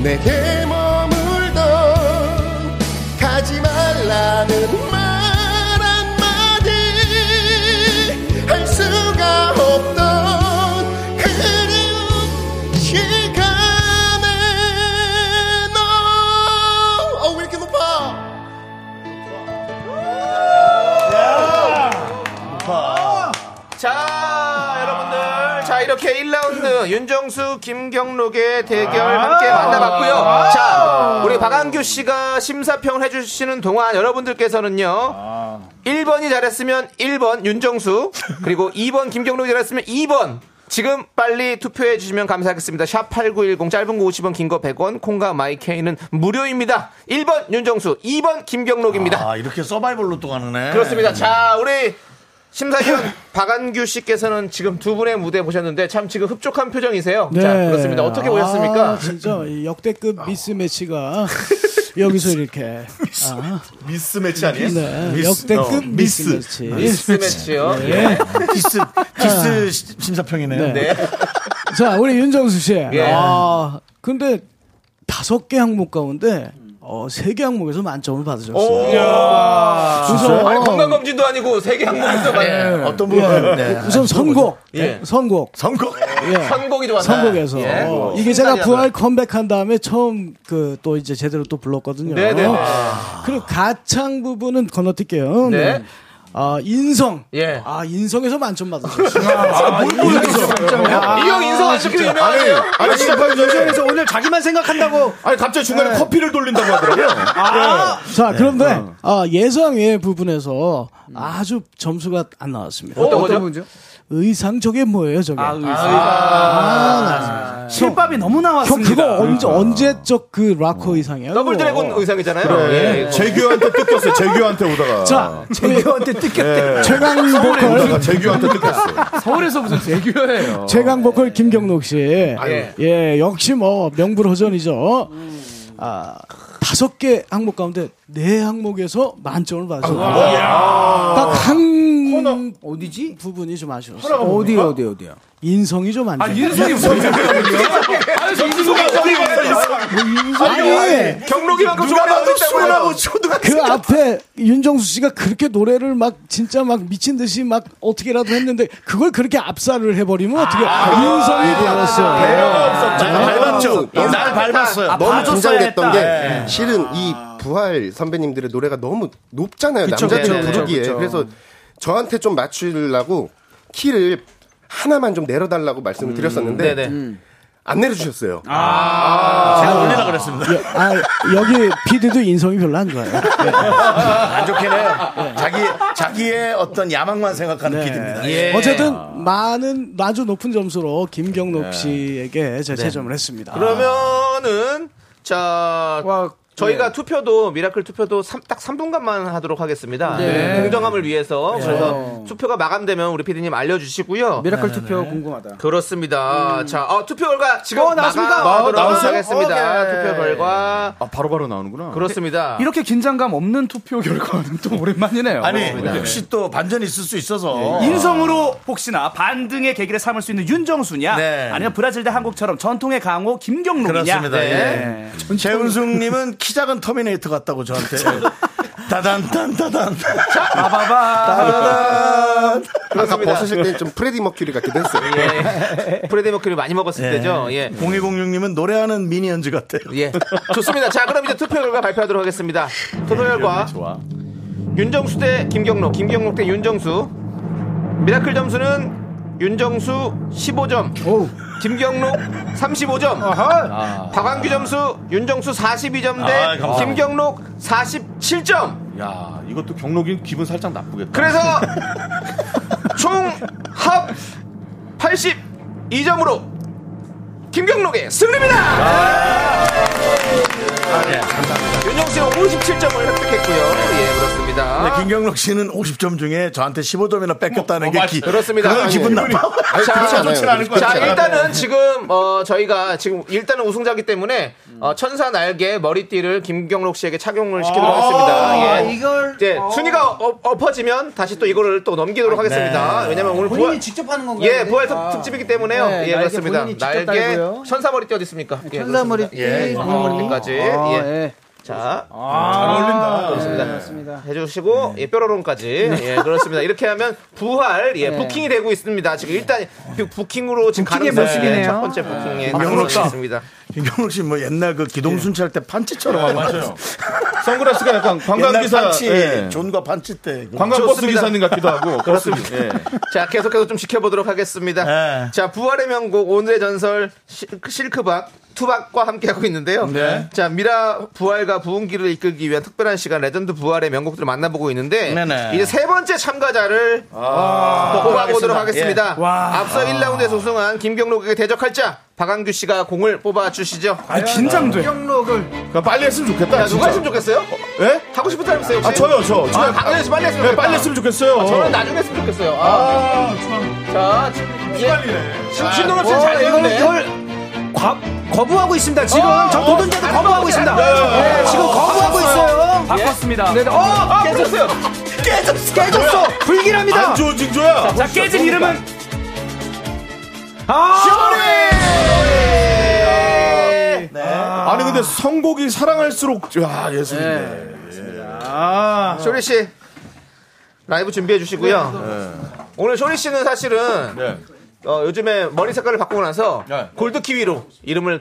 내게 머물던 가지 말라는 말 한마디 할 수가 없던 그리운 시간에 너 어, 왜 이렇게 높아? 자, 여러분들. 자, 이렇게 1라운드 윤정수, 김경록의 대결 함께 아. 만나봤고요. 아. 자, 우리 박한규 씨가 심사평을 해주시는 동안 여러분들께서는요. 1번이 잘했으면 1번 윤정수, 그리고 2번 김경록이 잘했으면 2번. 지금 빨리 투표해 주시면 감사하겠습니다. 샵8910 짧은 거 50원, 긴 거 100원, 콩과 마이케이는 무료입니다. 1번 윤정수, 2번 김경록입니다. 아, 이렇게 서바이벌로 또 가는네. 그렇습니다. 자, 우리 심사위원 박한규 씨께서는 지금 두 분의 무대 보셨는데 참 지금 흡족한 표정이세요. 자, 그렇습니다. 네. 어떻게 아, 보셨습니까? 진짜 이 역대급 미스매치가 여기서 이렇게 아, 미스 매치 아니에요? 네, 미스, 역대급 어, 미스 매치. 미스 매치요. 예. 디스, 디스 시- 심사평이네요. 네. 자, 우리 윤정수 씨. 예. 아, 근데 다섯 개 항목 가운데 어, 세 개 항목에서 만점을 받으셨어요. 우선, 아니, 건강검진도 아니고 네. 세계 항목에서 예. 만 예. 네. 우선 아, 선곡. 네, 예. 선곡. 선곡. 예. 선곡이 좋았다. 선곡에서. 예. 어, 이게 제가 신나게 부활 컴백한 다음에 처음 그 또 이제 제대로 또 불렀거든요. 어. 네네. 아. 그리고 가창 부분은 건너뛸게요. 네. 아, 인성. 예. 아, 인성에서 만점 받으셨어요. 아. 아, 뭘 보여줬어. 이형 인성 안 좋게 유명하네요. 아니, 진짜 아니, 인성에서 오늘 자기만 생각한다고. 네. 아니 갑자기 중간에 커피를 돌린다고 하더라고요. 아, 자, 그런데 아, 예상외 부분에서 아주 점수가 안 나왔습니다. 어떤 거죠? 어떤 거죠? 의상 저게 뭐예요, 저게? 아, 의상. 아, 실밥이 너무 형 나왔습니다. 그거 언제 언제적 그 어. 락커 의상이에요? 더블 드래곤 의상이잖아요. 네. 어. 네. 그래. 재규한테 뜯겼어요. 재규한테 오다가. 자, 재규한테 뜯겼대. 예. 최강 서울에 보컬. 오다가 재규한테 뜯겼어. 서울에서 무슨 재규예요? 최강 보컬 김경록 씨. 예. 예, 역시 뭐 명불허전이죠. 음. 아, 다섯 개 항목 가운데 네 항목에서 만점을 아, 받았어요. 딱한 뭐, 어디지? 부분이 좀 아쉬웠어요. 어디 어디 어디야? 인성이 좀 안 좋아요. 인성이 뭐야? 아니, 정수가 아니, 경록이만큼 누가 봐도 순하고 그 앞에 윤정수 씨가 그렇게 노래를 막 진짜 막 미친 듯이 막 어떻게라도 했는데 그걸 그렇게 압살을 해버리면 어떻게 아, 인성이 되었어요. 아, 밟았죠. 아. 날 밟았어요. 너무 아, 긴장됐던 예. 게 실은 이 부활 선배님들의 노래가 너무 높잖아요. 그쵸, 남자들 그쵸, 부르기에. 그쵸. 그래서 저한테 좀 음. 음. 맞추려고 키를 하나만 좀 내려달라고 말씀을 드렸었는데 안 내려주셨어요. 제가 올리라 그랬습니다. 예, 여, 아, 여기 피디도 인성이 별로 안 좋아요. 안 좋게는 자기 자기의 어떤 야망만 생각하는 피 d 입니다 예. 예. 예. 어쨌든 많은 아주 높은 점수로 김경록 씨에게 제가 네. 채점을 했습니다. 그러면은 자 저희가 네. 투표도 미라클 투표도 삼- 딱 3분간만 하도록 하겠습니다. 네. 공정함을 위해서 네. 그래서 투표가 마감되면 우리 피디님 알려주시고요. 미라클 투표 궁금하다. 음. 그습니다 자, 어, 투표 결과 지금 어, 나왔습니다. 마감하도록 나- 나왔어요? 하겠습니다. 오케이. 투표 결과 아, 바로바로 나오는구나. 그렇습니다. 이렇게 긴장감 없는 투표 결과는 또 오랜만이네요. 아니 그렇습니다. 혹시 또 반전이 있을 수 있어서 인성으로 혹시나 반등의 계기를 삼을 수 있는 윤정수냐 네. 아니면 브라질 대 한국처럼 전통의 강호 김경록이냐 그렇습니다. 네. 예. 재은숙님은 키 작은 터미네이터 같다고 저한테 다단단 다단 아까 그렇습니다. 벗으실 때 좀 프레디 머큐리 같기도 했어요. 네. 예. 프레디 머큐리 많이 먹었을 네. 예. 때죠. 예. 0206님은 노래하는 미니언즈 같아요. 예. 좋습니다. 자, 그럼 이제 투표 결과 발표하도록 하겠습니다. 투표 결과 네, 윤정수 대 김경록, 김경록 대 윤정수. 미라클 점수는 윤정수 15점, 김경록 35점, 박광규 점수 윤정수 42점 대 아, 감사합니다. 김경록 47점. 야, 이것도 경록이 기분 살짝 나쁘겠다. 그래서 총 합 82점으로 김경록의 승리입니다. 아, 네. 윤정수 씨는 57점을 획득했고요. 예, 그렇습니다. 근데 김경록 씨는 50점 중에 저한테 15점이나 뺏겼다는 게 네, 기, 뭐 그렇습니다. 예, 그건 기분 나빠. 자, 네. 일단은 지금 어, 저희가 지금 일단은 우승자기 때문에 어, 천사 날개 머리띠를 김경록 씨에게 착용을 시키도록 하겠습니다. 예. 아, 이걸 이제 순위가 어- 엎어지면 다시 또 이거를 또 넘기도록 하겠습니다. 왜냐면 아, 오늘 네. 본인이 부활 직접 하는 건가요? 예, 부활 특- 아. 특집이기 때문에요. 네, 예, 날개 그렇습니다. 본인이 직접 날개 달고요. 천사 머리띠 어디 있습니까? 예, 천사 그렇습니다. 머리띠, 예, 천사 본인이. 머리띠까지. 아, 예. 예. 자, 어울린다. 그렇습니다. 네, 맞습니다. 해주시고 예, 뾰로롱까지 예, 그렇습니다. 이렇게 하면 부활 예, 네. 부킹이 되고 있습니다. 지금 일단 그 부킹으로 지금 부킹의 가는 모습이네요. 첫 번째 아, 부킹에 김경록 씨. 있습니다. 김경록 씨 뭐 옛날 그 기동순 찰 때 판치처럼 하고 맞아요. 선글라스가 약간 관광 기사, 판치, 예. 존과 판치 때 관광버스 기사님 같기도 하고. 그렇습니다. 예. 자, 계속해서 좀 지켜보도록 하겠습니다. 자, 부활의 명곡 오늘의 전설 실- 실크박 투박과 함께하고 있는데요. 네. 자, 미라 부활과 부흥기를 이끌기 위한 특별한 시간 레전드 부활의 명곡들을 만나보고 있는데 네네. 이제 세 번째 참가자를 아. 또 뽑아보도록 하겠습니다. 예. 와. 앞서 1라운드에서 우승한 김경록에게 대적할 자 박한규 씨가 공을 뽑아주시죠. 아, 긴장돼. 김경록을 그러니까 빨리 했으면 좋겠다. 야, 누가 했으면 진짜. 좋겠어요? 예? 하고 싶은 사람 있어요? 혹시? 아, 저요, 저. 저 아, 강렬 씨 빨리 했으면 네, 좋겠다. 빨리 했으면 좋겠어요. 아, 저는 나중에 했으면 좋겠어요. 아, 자, 예. 피갈리네. 아, 신동엽 씨는 어, 잘 이거는 되는데. 이걸 과- 거부하고 있습니다. 지금 어, 저 도전자도 어, 거부하고 있습니다. 네, 네, 네, 지금 어, 거부하고 바꿨어요. 있어요. 바꿨습니다. 네, 네. 어, 아, 깨졌어요. 깨졌어. 깨졌어. 뭐야? 불길합니다. 안 좋은 징조야. 자, 자, 보시죠. 깨진 뭡니까? 이름은 아! 아니, 근데 선곡이 사랑할수록, 야, 예술인데. 아, 네, 쇼리 씨 라이브 준비해 주시고요. 네. 오늘 쇼리 씨는 사실은 어, 요즘에 머리 색깔을 바꾸고 나서 골드 키위로 이름을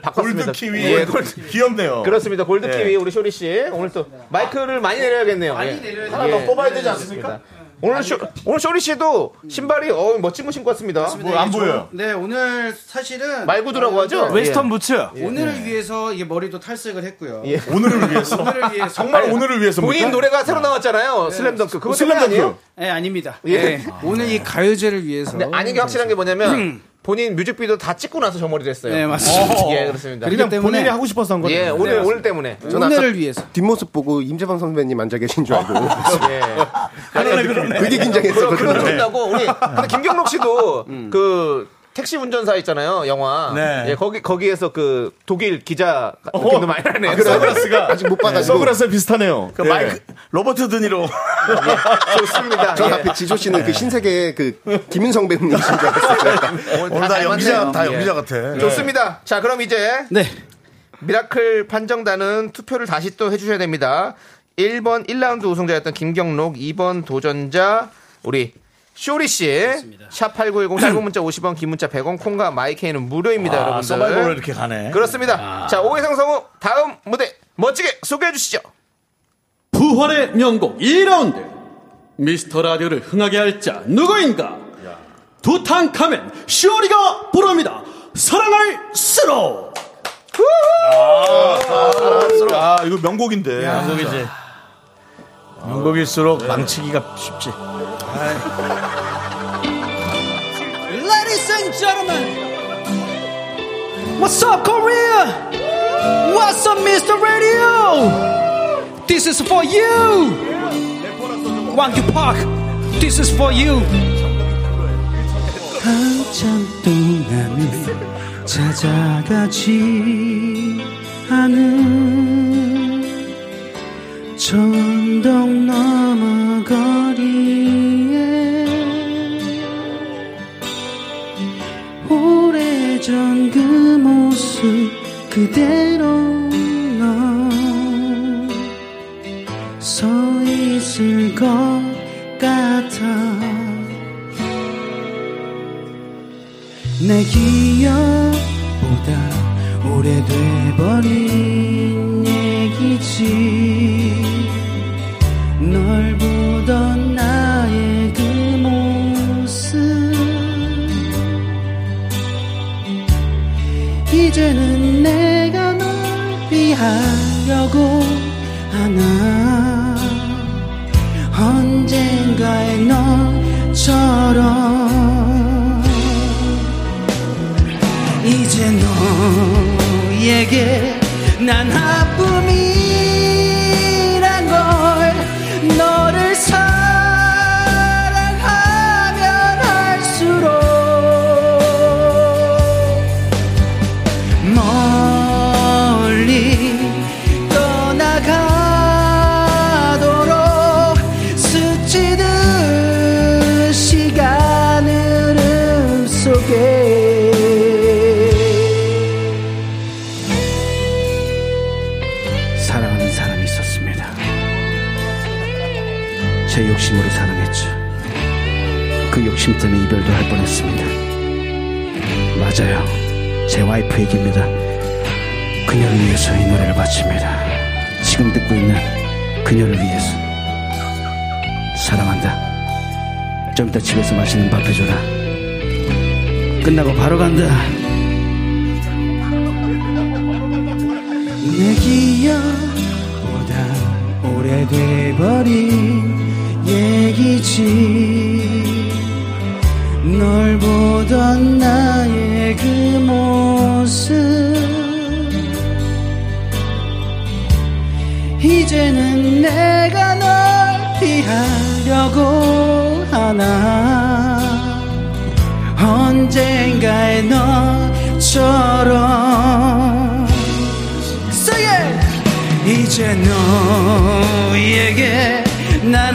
네. 바꿨습니다. 골드 키위. 예, 골드 귀엽네요. 그렇습니다. 골드 예. 키위 우리 쇼리 씨 오늘 또 마이크를 많이 내려야겠네요. 많이 내려야 하나 더 뽑아야 되지 않습니까? 오늘 쇼 오늘 쇼리 씨도 신발이 어 멋진 거 신고 왔습니다. 뭐, 이게 저- 네, 오늘 사실은 말구두라고 하죠? 웨스턴 부츠. 예. 오늘을 위해서 이게 머리도 탈색을 했고요. 예. 오늘을 위해서? 오늘을 위해서. 정말 오늘을 위해서 본인 노래가 새로 나왔잖아요. 어, 슬램덩크. 그거 때문에 아니에요? 예, 아닙니다. 예. 네, 오늘 이 가요제를 위해서. 음. 근데 아닌 게 확실한 게 뭐냐면 본인 뮤직비디오 다 찍고 나서 저 머리 됐어요. 네, 맞습니다. 어, 예, 그렇습니다. 그렇기 그냥 때문에- 본인이 하고 싶어서 한 예, 오늘 네, 오늘 때문에. 저는 아까 위해서. 뒷모습 보고 임재범 선배님 앉아 계신 줄 알고. 예. 그러네, 그러네. 되게 긴장했었거든요. 음. 그런 그런 준다고 우리 근데 김경록 씨도 그 택시 운전사 있잖아요, 영화. 네. 어. 예, 거기 거기에서 그 독일 기자 느낌도 많이 나네요. 그 선글라스가 아, 아직 못 봐가지고. 선글라스가 비슷하네요. 예. 그 마이크 로버트 드니로 좋습니다. 저 예. 앞에 지조 씨는 그 신세계 그 김윤성 배우님 신줄 알았어요. 오늘 다 연기자 다 연기자 같아. 예. 좋습니다. 자, 그럼 이제 미라클 판정단은 투표를 다시 또 해주셔야 됩니다. 1번 1라운드 우승자였던 김경록, 2번 도전자 우리 쇼리 씨, 샵8910 짧은 문자 50원, 긴 문자 100원, 콩과 마이케이는 무료입니다, 아, 여러분들. 서바이벌로 이렇게 가네. 그렇습니다. 자, 오해상 성우 다음 무대 멋지게 소개해 주시죠. 부활의 명곡 2라운드 미스터 라디오를 흥하게 할 자 누구인가 두탕카멘 쇼리가 부릅니다 사랑을 쓰러. 아, 이거 명곡인데. 야, 명곡이지. 명곡일수록 망치기가 쉽지. Ladies and gentlemen, what's up, Korea? What's up, Mr. Radio? This is for you. 왕규 파크. This is for you. 한참 동안 찾아가지 않은 전동 너머 거리에 오래전 그 모습 그대로 넌서 있을 것 같아 내 기억보다 오래돼버린 얘기지 널 보던 나의 그 모습 이제는 내가 널 피하려고 하나 언젠가의 너처럼 이제 너에게 난 아픔이란 걸 너를 사랑하면 할수록 멀리 떠나가도록 스치듯 음 시간 흐름 속에 사랑하는 사람이 있었습니다. 제 욕심으로 사랑했죠. 그 욕심 때문에 이별도 할 뻔했습니다. 맞아요. 제 와이프 얘기입니다. 그녀를 위해서 이 노래를 바칩니다. 지금 듣고 있는 그녀를 위해서. 사랑한다. 좀 이따 집에서 맛있는 밥 해줘라. 끝나고 바로 간다. 내 기억보다 오래돼버린 얘기지 널 보던 나의 그 모습 이제는 내가 널 피하려고 하나 언젠가의 너처럼 Say it! 이제 너에게 난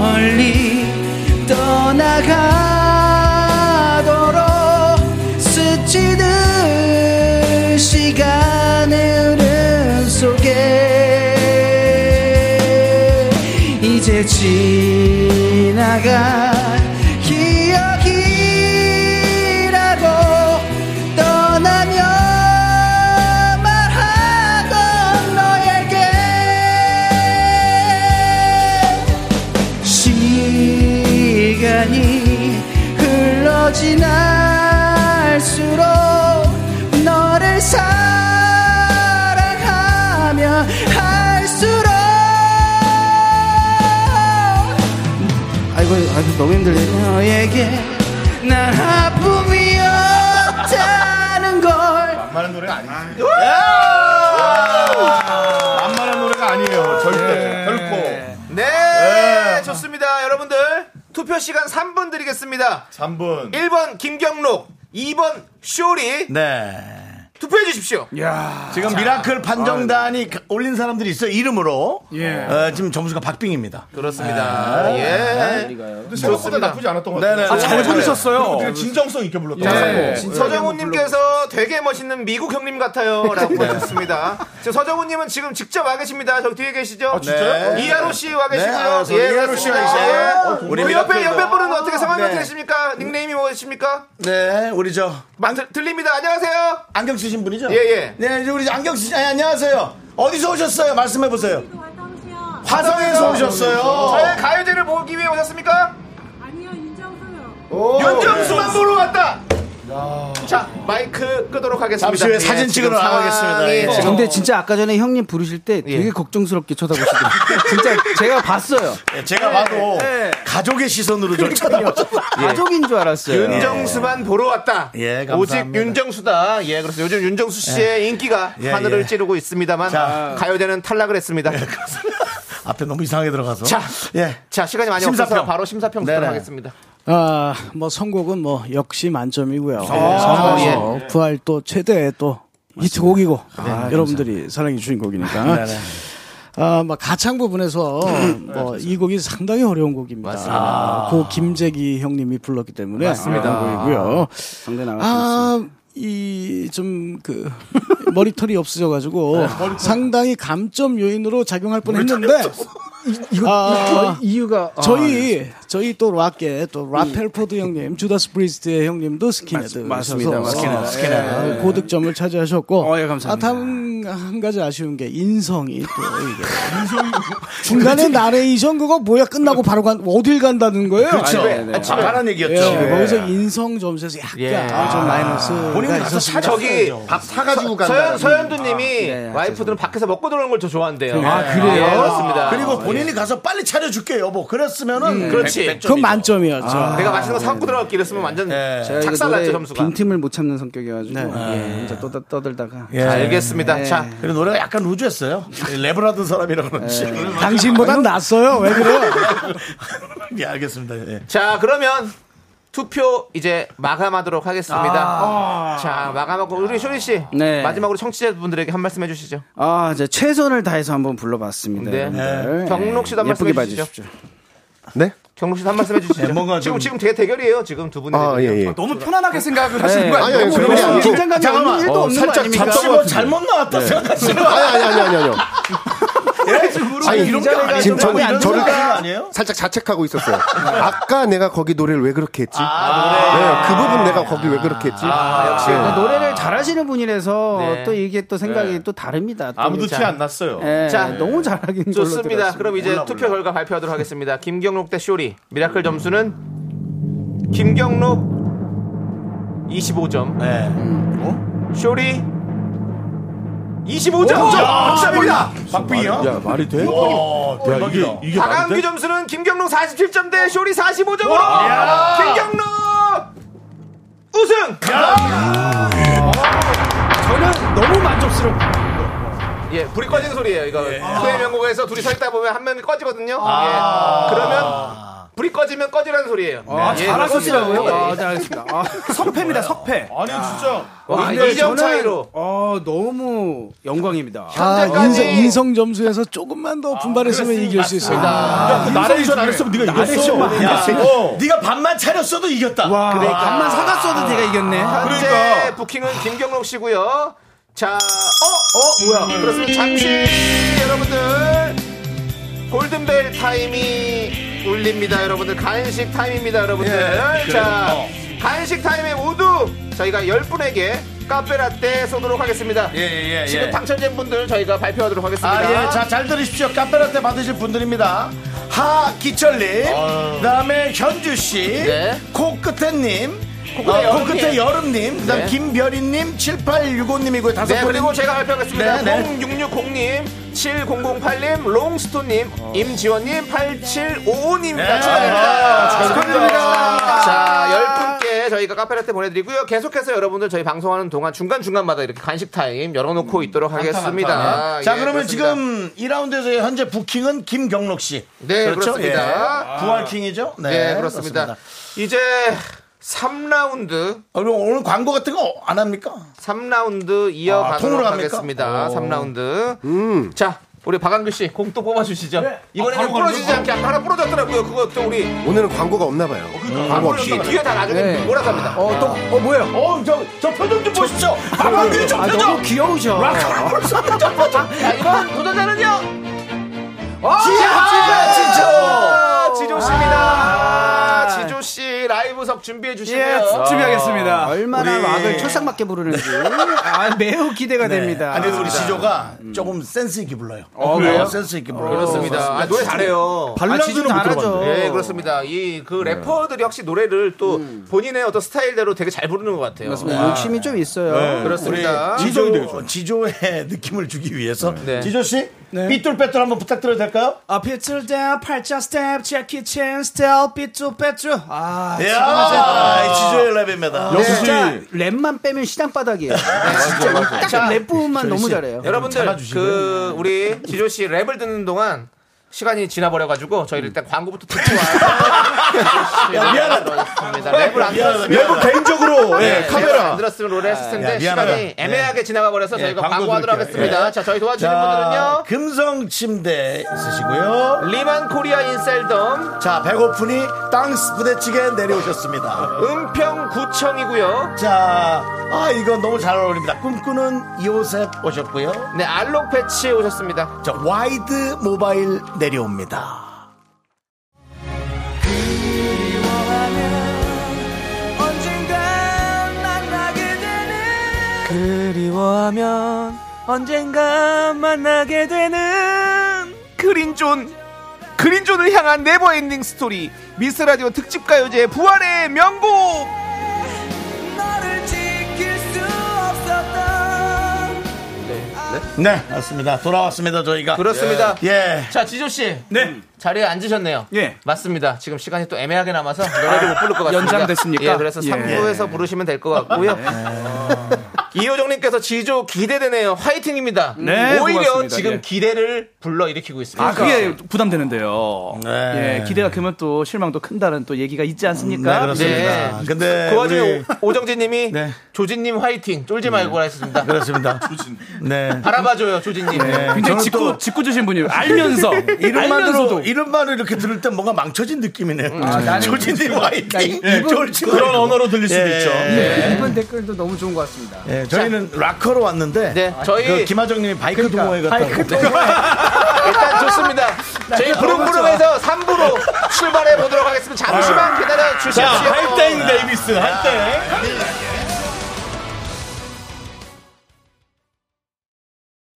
멀리 떠나가도록 스치듯 시간 흐름 속에 이제 지나갈 기억이라고 떠나며 말하던 너에게 시간이 흘러 지날수록 너를 사랑하면 할수록 아이고, 아이고 너무 힘들네. 예. 너에게 난 아픔이었다는 걸 만만한 노래가 아니지. 야! 만만한 노래가 아니에요. 절대. 결코. 네, 좋습니다. 여러분들 투표 시간 3분 드리겠습니다. 3분. 1번 김경록, 2번 쇼리. 네. 투표해 주십시오. 지금 자. 어, 미라클 판정단이 가- 아, 네. 올린 사람들이 있어요. 이름으로. 예. 어, 지금 점수가 박빙입니다. 그렇습니다. 예. 근데 생각보다 나쁘지 않았던 것 같아요. 네네. 아, 잘 부르셨어요. 되게 진정성 있게 불렀다. 네. 예. 서정훈님께서 되게 멋있는 미국 형님 네. 같아요라고 보내셨습니다. 지금 서정훈님은 지금 직접 와 계십니다. 저 뒤에 계시죠? 아, 진짜요? 이하로 씨 와 네, 계시고요. 아, 저 이하로 씨와 그렇습니다. 계시네요. 예. 어, 우리 우리 옆에 미라클이다. 옆에 분은 어떻게 상황이 네. 어떻게 되십니까? 닉네임이 뭐십니까? 네, 우리 저. 만, 들립니다. 안녕하세요. 안경 쓰신 분이죠? 예, 예. 네, 이제 우리 안경 쓰신, 아니, 안녕하세요. 어디서 오셨어요? 말씀해보세요. 화성에서 오셨어요. 저의 가요제를 보기 위해 오셨습니까? 어, 오. 윤정수만 보러 왔다. 자 마이크 끄도록 하겠습니다. 아, 네, 잠시 후에 사진 네, 찍으러 나가겠습니다. 예. 근데 진짜 아까 전에 형님 부르실 때 되게 걱정스럽게 쳐다보시더라고요. 진짜 제가 봤어요. 예, 네. 제가 봐도 가족의 시선으로 좀 쳐다보죠. 가족인 줄 알았어요. 윤정수만 보러 왔다. 예, 오직 감사합니다. 윤정수다. 예, 그래서 요즘 윤정수 씨의 인기가 예, 하늘을 예. 찌르고 있습니다만 자. 예, 가요제는 탈락을 했습니다. 앞에 너무 이상하게 들어가서. 자, 예. 자 시간이 많이 없어서 심사평. 바로 심사평 네네. 들어가겠습니다. 아, 뭐 선곡은 뭐 역시 아, 만점이고요. 네, 예. 선곡 부활 또 최대의 또 히트곡이고 네, 아, 그렇죠. 여러분들이 사랑해 주신 곡이니까. 네네. 아, 막 가창 부분에서 뭐 이 곡이 상당히 어려운 곡입니다. 네, 맞습니다. 고 김재기 형님이 불렀기 때문에 맞습니다. 어려운 곡이고요. 네, 상대 나갈 수 아, 이 좀 그 머리털이 네, 없어져가지고 상당히 감점 요인으로 작용할 뻔했는데 이거 아, 이유가 아, 저희 저희 또 락계 또 라펠포드 형님, 주다스 프리스트의 형님도 스키네드 맞습니다, 오셔서 맞습니다. 어, 스키네드. 아, 예. 고득점을 차지하셨고 예, 감사합니다. 아, 다음 한 가지 아쉬운 게 인성이 또 이게 중간에 나레이션 그거 뭐야 끝나고 바로 간 어딜 간다는 거예요? 그렇죠. 네, 네. 아, 잘하는 얘기였죠. 예, 예. 거기서 인성 점수에서 예. 약간 좀 마이너스 본인은 가서 사- 저기 밥 사가지고 서현, 간다는 서현두님이 아, 네, 와이프들은 밖에서 먹고 들어오는 걸 더 좋아한대요. 예, 아, 그렇습니다. 예. 음, 그리고 본인이 가서 빨리 차려줄게, 여보. 그랬으면은. 그렇지. 백- 그건 백점이죠. 예. 만점이었죠. 아, 내가 맛있는 거 사갖고 들어갔기 이랬으면 완전 네. 제가 이거 착살났죠 노래 점수가. 빈틈을 못 참는 성격이어가지고 네. 예, 혼자 떠- 떠들다가 네. 예. 알겠습니다. 자. 그리고 노래가 약간 루즈했어요. 랩을 하던 사람이라 그런지. 예. 당신보단 낫어요. 왜 그래요? 예, 알겠습니다. 예. 자 그러면 투표 이제 마감하도록 하겠습니다. 아. 자 마감하고 우리 쇼리 씨 네. 마지막으로 청취자분들에게 한 말씀 해주시죠. 아, 이제 최선을 다해서 한번 불러봤습니다. 네. 여러분들. 경록 씨도 한 말씀 예쁘게 해주시죠. 봐주십시오. 네? 경록 씨한 말씀 해주시죠. 지금 지금 되게 대결이에요. 지금 두 분이 아, 예, 예. 너무 편안하게 생각을 네. 하시는 거예요. 너무 그냥 긴장감이 어, 없는 일도 없는 거 아닙니까? 잡지뭐 잘못 나왔다 네. 생각하시는 거 아니, 아니, 아니, 아니, 아니요. 아니, 이런 게 아니에요. 지금 저, 이런 거 저를 아니에요? 살짝 자책하고 있었어요. 아까 내가 거기 노래를 왜 그렇게 했지? 네, 그 부분 내가 거기 왜 그렇게 했지? 역시 아. 네. 아, 노래를 잘하시는 분이라서 네. 또 이게 또 생각이 네. 또 다릅니다. 또 아무도 자. 티 안 났어요. 예, 자, 너무 잘하긴 걸로 좋습니다. 들었습니다. 그럼 이제 투표 결과 발표하도록 하겠습니다. 김경록 대 쇼리 미라클 점수는 김경록 25점. 음. 쇼리 25점. 감사합니다. 박빙이야? 야, 말이 돼? 와, 야, 이게, 이게 말이 박한규 돼? 점수는 김경록 47점 대 쇼리 45점으로 야. 김경록 우승. 저는 너무 만족스럽고 예, 불이 꺼지는 소리예요. 이거 후의 명곡에서 둘이 서 있다 보면 한 명이 꺼지거든요. 아. 예. 그러면 불이 꺼지면 꺼지라는 소리예요. 네. 아, 예, 잘하셨더라고요. 그렇습니다. 예. 아, 네, 알겠습니다. 아, 석패입니다, 석패. 아니, 진짜. 와, 이점 차이로. 어, 아, 너무 영광입니다. 아, 인성, 인성 점수에서 조금만 더 아, 분발했으면 이길 수 있어요. 야, 그 나레이션 안 했으면 네가 아, 이겼어. 그러니까. 어. 네가 반만 차렸어도 이겼다. 그러니까. 반만 사갔어도 제가 이겼네. 현재 그러니까. 부킹은 김경록 씨고요. 자, 어, 어, 뭐야? 그렇습니다. 잠시 여러분들 골든벨 타임이 울립니다, 여러분들. 간식 타임입니다, 여러분들. 예, 그래요. 자, 어. 간식 타임에 모두 저희가 10분에게 카페라떼 쏘도록 하겠습니다. 예, 예. 지금 당첨된 분들 저희가 발표하도록 하겠습니다. 아, 예. 자, 잘 들으십시오. 카페라떼 받으실 분들입니다. 하, 기철님. 아. 그 다음에 현주씨. 코끝에님. 네. 코끝에 어, 여름님. 코끝에 여름님. 그 다음 네. 김별이님. 7865님이고요. 다섯 네, 분. 그리고 제가 발표하겠습니다. 네, 네. 0660님, 7008님, 롱스톤님, 임지원님, 8755님입니다. 어. 네, 축하드립니다. 네, 축하드립니다. 자, 10분께 저희가 카페라떼 보내드리고요. 계속해서 여러분들 저희 방송하는 동안 중간중간마다 이렇게 간식 타임 열어놓고 음, 있도록 하겠습니다. 예, 아, 네. 자, 그러면 그렇습니다. 지금 2라운드에서 현재 부킹은 김경록 씨. 그렇죠? 예. 네, 그렇습니다. 아. 부활킹이죠? 네, 그렇습니다. 이제 3라운드. 아, 그럼 오늘 광고 같은 거 안 합니까? 3라운드 아, 통으로 이어가도록 합니까? 음. 하겠습니다. 오. 3라운드. 자, 우리 박한규 씨, 공 또 뽑아주시죠. 네. 이번에는 바로 부러지지 가는구나. 않게 아까 하나 부러졌더라고요. 그것도 우리. 오늘은 광고가 없나 봐요. 광고 어, 그러니까 광고 없이. 뒤에 다 나중에 몰아서 합니다. 어, 또, 어, 뭐예요? 어, 저, 저 표정 좀 보십시오. 박한규 저 아, 표정. 너무 귀여우셔. 락커라벌써저 표정. 자, 이번 도전자는요. 아, 지하, 지하, 지조. 아, 지조 씨입니다. 지조 씨 라이브석 준비해 주시고요. 예, 준비하겠습니다. 얼마나 우리- 악을 철상맞게 부르는지. 아, 매우 기대가 네. 됩니다. 아니, 그래도 우리 지조가 조금 센스 있게 불러요. 어, 그래요? 센스 있게 불러요. 그렇습니다. 아, 노래 잘해요. 아, 발라드는 못 들어봤는데. 예, 그렇습니다. 이 그 래퍼들이 역시 노래를 또 본인의 어떤 스타일대로 되게 잘 부르는 것 같아요. 맞습니다. 욕심이 좀 있어요. 네. 그렇습니다. 우리 지조, 지조의 느낌을 주기 위해서 네. 지조 씨 삐뚤빼뚤 한번 부탁드려도 될까요? 아, 비틀 댄, 팔자 스텝, 재키 첸 스텝, 삐뚤 빼뚤. 아, 야, 진짜. 지조의 랩입니다. 네. 진짜 네, 랩만 빼면 시장바닥이에요. 진짜 딱 랩 부분만 너무 잘해요. 여러분들 네, 그 우리 지조 씨 랩을 듣는 동안 시간이 지나버려가지고 저희 일단 광고부터 듣고 와요. 아, 미안하다. 랩을 미안하다, 안 들었으면 네, 미안하고 개인적으로, 네. 예, 카메라. 안 들었으면 노래 했을 텐데 야, 미안하다. 네. 시간이 애매하게 지나가버려서 예, 저희가 네. 광고 광고하도록 드릴게요. 하겠습니다. 예. 자, 저희 도와주시는 자, 분들은요. 금성 침대 있으시고요. 리만 코리아 인셀덤. 자, 배고프니 땅스 부대찌개 내려오셨습니다. 은평구청이고요. 자, 아 이거 너무 잘 어울립니다. 꿈꾸는 이호셉 오셨고요. 네, 알록 패치 오셨습니다. 자, 와이드 모바일 내려옵니다. 언젠간 만나게 되는 그리워하면 언젠가 만나게 되는 그린존 그린존을 향한 네버엔딩 스토리 미스라디오 특집가요제 부활의 명곡 너를 지킬 수 없었던 네, 맞습니다. 돌아왔습니다, 저희가. 그렇습니다. 예. 자 지조 씨, 네 자리에 앉으셨네요. 예, 맞습니다. 지금 시간이 또 애매하게 남아서 노래를 못 부를 것 같습니다. 연장됐습니까? 예, 그래서 예. 3부에서 부르시면 될 것 같고요. 이호정님께서 지조 기대되네요. 화이팅입니다. 네, 오히려 고맙습니다. 지금 예. 기대를 불러 일으키고 있습니다. 예. 아, 그게 그러니까. 부담되는데요. 네. 예, 기대가 크면 또 실망도 큰다는 또 얘기가 있지 않습니까? 아, 네, 그렇습니다. 네. 그 와중에 오- 오정진님이 네. 조진님 화이팅 예. 쫄지 말고 하셨습니다. 그렇습니다. 네. 바라봐줘요 예. 조진님. 굉장히 짓고, 짓고 주신 분이에요. 알면서. 이름만으로 알면서도. 이름만으로 이렇게 들을 땐 뭔가 망쳐진 느낌이네요. 아, 나는 조진님 그렇죠. 야, 화이팅. 이분- 졸지 그런 말고. 언어로 들릴 수도 예. 있죠. 예. 이번 댓글도 너무 좋은 것 같습니다. 예, 저희는 락커로 왔는데 네, 저희 저희- 그 김하정님이 바이크 동호회 같다고. 네. 바이크 일단 좋습니다. 저희 부릉부릉에서 3부로 출발해 보도록 하겠습니다. 잠시만 기다려 주십시오. 아. 자, 할땡 데이비스, 할땡.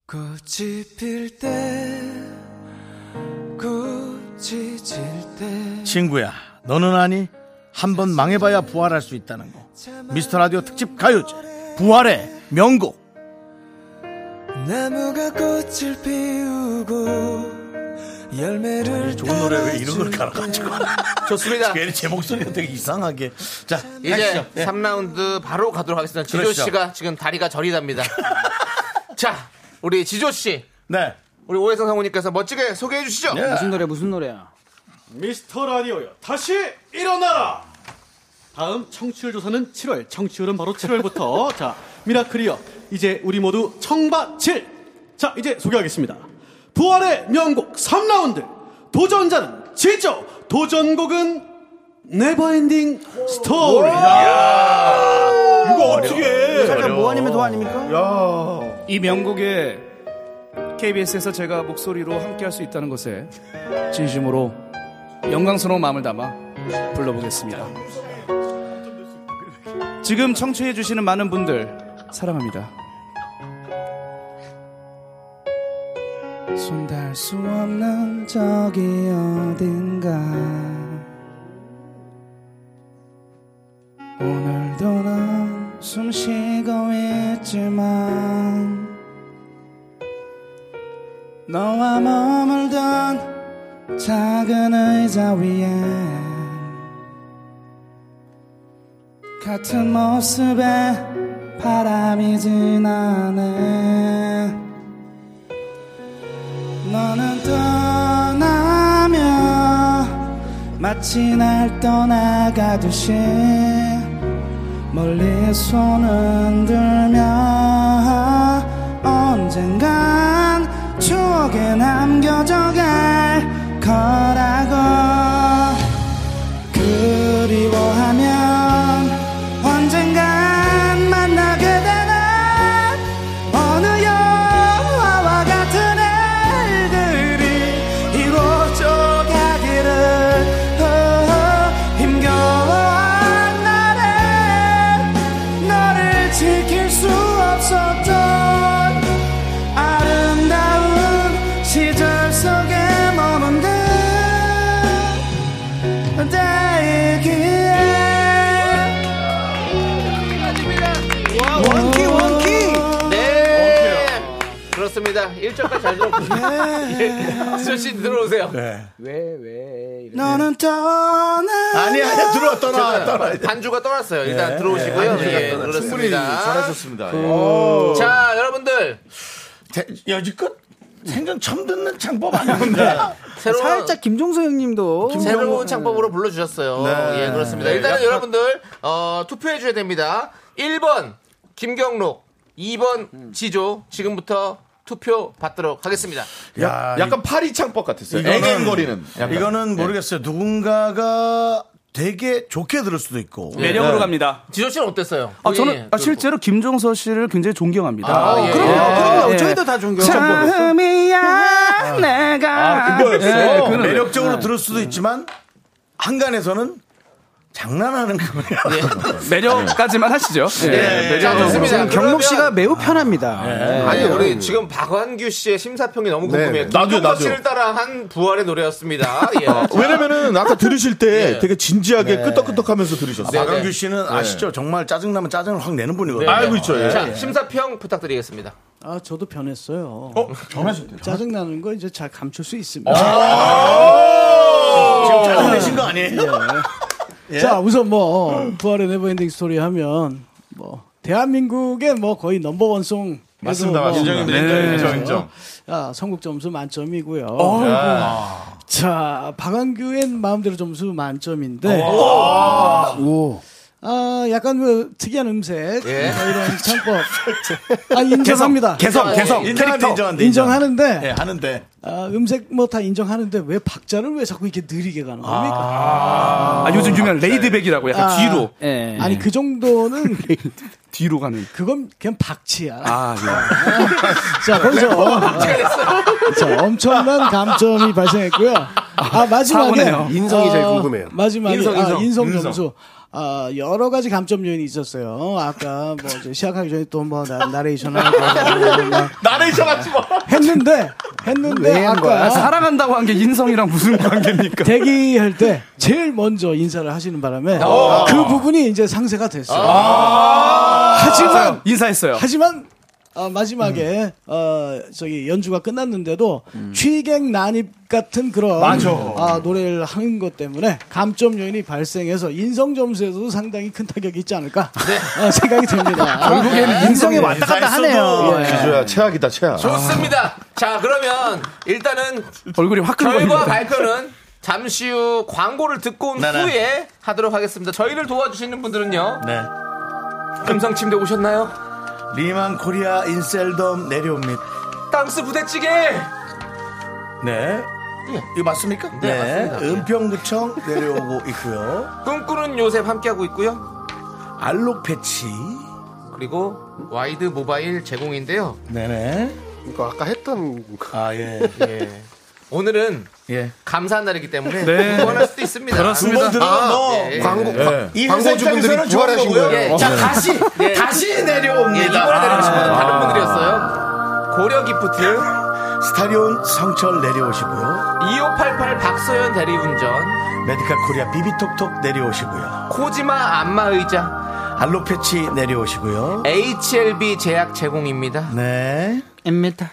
꽃이 필 때 꽃이 질때 친구야, 너는 아니 한 번 망해봐야 부활할 수 있다는 거. 미스터 라디오 특집 가요제 부활의 명곡. 나무가 꽃을 피우고 열매를 좋은 노래 왜 이런 걸 갈아가지고? 좋습니다. 괜히 제 목소리가 되게 이상하게. 자, 이제 가시죠. 그렇죠. 네. 3라운드 바로 가도록 하겠습니다. 지조 그러시죠. 씨가 지금 다리가 저리답니다. 자, 우리 지조 씨. 네. 우리 오해성 성우님께서 멋지게 소개해 주시죠. 예. 무슨 노래 무슨 노래야? 미스터 라디오요. 다시 일어나라. 다음 청취율 조사는 7월. 청취율은 바로 7월부터. 자, 미라클이요. 이제 우리 모두 청바칠. 자, 이제 소개하겠습니다. 부활의 명곡 3라운드. 도전자는 지조. 도전곡은 네버엔딩 스토리. 아, 이거 어떻게 살짝 뭐 아니면 도 아닙니까? 이 명곡에 KBS에서 제가 목소리로 함께할 수 있다는 것에 진심으로 영광스러운 마음을 담아 불러보겠습니다. 지금 청취해 주시는 많은 분들 사랑합니다. 손 닿을 수 없는 저기 어딘가 오늘도 난 숨쉬고 있지만 너와 머물던 작은 의자 위에 같은 모습에 바람이 지나네 너는 떠나며 마치 날 떠나가듯이 멀리 손은 들며 언젠간 추억에 남겨져 갈 거라고 그리워하면 언젠간 만나게 되는 어느 영화와 같은 날들이 이루어져 가기를 어, 힘겨워하는 네. 들었습니다. 1절까지 잘 들었고요. 예. 수현 씨 들어오세요. 네. 왜, 왜. 너는 떠나. 제가 반주가 떠났어요. 일단 예. 예, 들어오시고요. 반주가 예, 떠났어요. 그렇습니다. 충분히 잘하셨습니다. 예. 오. 자, 여러분들. 여지껏 생전 처음 듣는 창법 아닙니까? 네. 새로운- 살짝 김종서 형님도 새로운 창법으로 불러주셨어요. 네. 예, 그렇습니다. 네, 일단은 약간- 여러분들, 어, 투표해줘야 됩니다. 1번, 김경록. 2번, 지조. 지금부터 투표 받도록 하겠습니다. 야, 약간 파리 창법 네. 같았어요. 이거는- 네. 애견거리는. 약간. 이거는 모르겠어요. 누군가가 되게 좋게 들을 수도 있고 네. 네. 매력으로 갑니다. 지조 씨는 어땠어요? 예, 아, 저는 아, 실제로 김종서 씨를 굉장히 존경합니다. 뭐. 아, 예. 그럼요, 그럼요. 예. 저희도 다 존경해요. 처음이야, 내가. 예, 그거는- 아, 매력적으로 예. 들을 수도 있지만 한간에서는 장난하는 거예요. 네. 매력까지만 하시죠. 네, 예. 예, 자, 좋습니다. 지금 네. 경록 씨가 매우 편합니다. 아니 우리 지금 박완규 씨의 심사평이 너무 네. 궁금해요. 나도요, 나도 나도요. 어, 나도. 씨를 따라 한 부활의 노래였습니다. 예. 자, 아, 왜냐면은 아까 들으실 때 되게 진지하게 네. 끄떡끄떡하면서 들으셨어요. 박강규 씨는 네. 아시죠? 정말 짜증나면 짜증을 확 내는 분이거든요. 네. 알고 있죠, 예. 자, 심사평 부탁드리겠습니다. 아, 저도 변했어요. 변하셨대요? 어. 짜증나는 거 이제 잘 감출 수 있습니다. 아. 지금 짜증내신 거 아니에요? 예. 자, 우선 뭐, 부활의 네버엔딩 스토리 하면, 뭐, 대한민국의 뭐 거의 넘버원 송. 뭐, 맞습니다, 맞습니다. 인정입니다, 인정, 인정, 인정. 아, 선곡 점수 만점이고요. 어이구. 아. 자, 박완규의 마음대로 점수 네. 만점인데. 오. 오. 아, 약간 그 특이한 음색. 예. 뭐 이런 창법. 아, 인정합니다. 아, 개성, 개성, 예. 캐릭터. 인정하는데, 인정하는데. 예, 인정하는데. 인정하는데. 하는데. 아, 음색 뭐 다 인정하는데 왜 박자를 왜 자꾸 이렇게 느리게 가는 겁니까? 아, 요즘 유명한 레이드백이라고 약간 아, 뒤로. 예. 아니 그 정도는 뒤로 가는. 그건 그냥 박치야. 아, 예. 어, 자 거기서 자, 엄청난 감점이 발생했고요. 아 마지막에 어, 사고네요. 인성이 제일 궁금해요. 마지막에 인성, 인성, 인성. 아, 인성 인성. 점수. 아 여러 가지 감점 요인이 있었어요. 아까 뭐 이제 시작하기 전에 또 뭐 나레이션 하고 나레이션 하지 마. 했는데 했는데 네, 아까 네, 사랑한다고 한 게 인성이랑 무슨 관계입니까? 대기할 때 제일 먼저 인사를 하시는 바람에 어. 그 부분이 이제 상세가 됐어요. 하지만 하지만 아. 인사했어요. 음. 하지만 어, 마지막에 어, 저기 연주가 끝났는데도 취객 난입 같은 그런 맞아. 아, 노래를 하는 것 때문에 감점 요인이 발생해서 인성 점수에도 상당히 큰 타격이 있지 않을까 네. 어, 생각이 듭니다. 아, 네. 결국에는 인성이 왔다 갔다 기조야 최악이다 아. 최악. 아. 좋습니다. 자, 그러면 일단은 얼굴이 화끈거립 결과 발표는 잠시 후 광고를 듣고 온 네네. 후에 하도록 하겠습니다. 저희를 도와주시는 분들은요. 네. 금성 침대 오셨나요? 리만 코리아 인셀덤 내려옵니다. 땅스 부대찌개. 네. 이거 맞습니까? 네, 맞습니다. 은평구청 내려오고 있고요. 꿈꾸는 요셉 함께하고 있고요. 알록 패치. 그리고 와이드 모바일 제공인데요. 네네. 이거 아까 했던 거. 아 예. 예. 오늘은 예. 감사한 날이기 때문에 네. 후원할 수도 있습니다. 아, 그렇습니다. 두번 들으면 뭐 광고- 이 회사 입장에서는 좋아하는 거고요. 예. 어. 자 네. 다시 예. 다시 내려옵니다. 예, 이번에 내려오신 분은 아. 다른 분들이었어요. 고려 기프트 스타리온 성철 내려오시고요. 2588 박소연 대리운전 메디카 코리아 비비톡톡 내려오시고요. 코지마 안마 의자 알록 패치 내려오시고요. HLB 제약 제공입니다. 네. 입니다.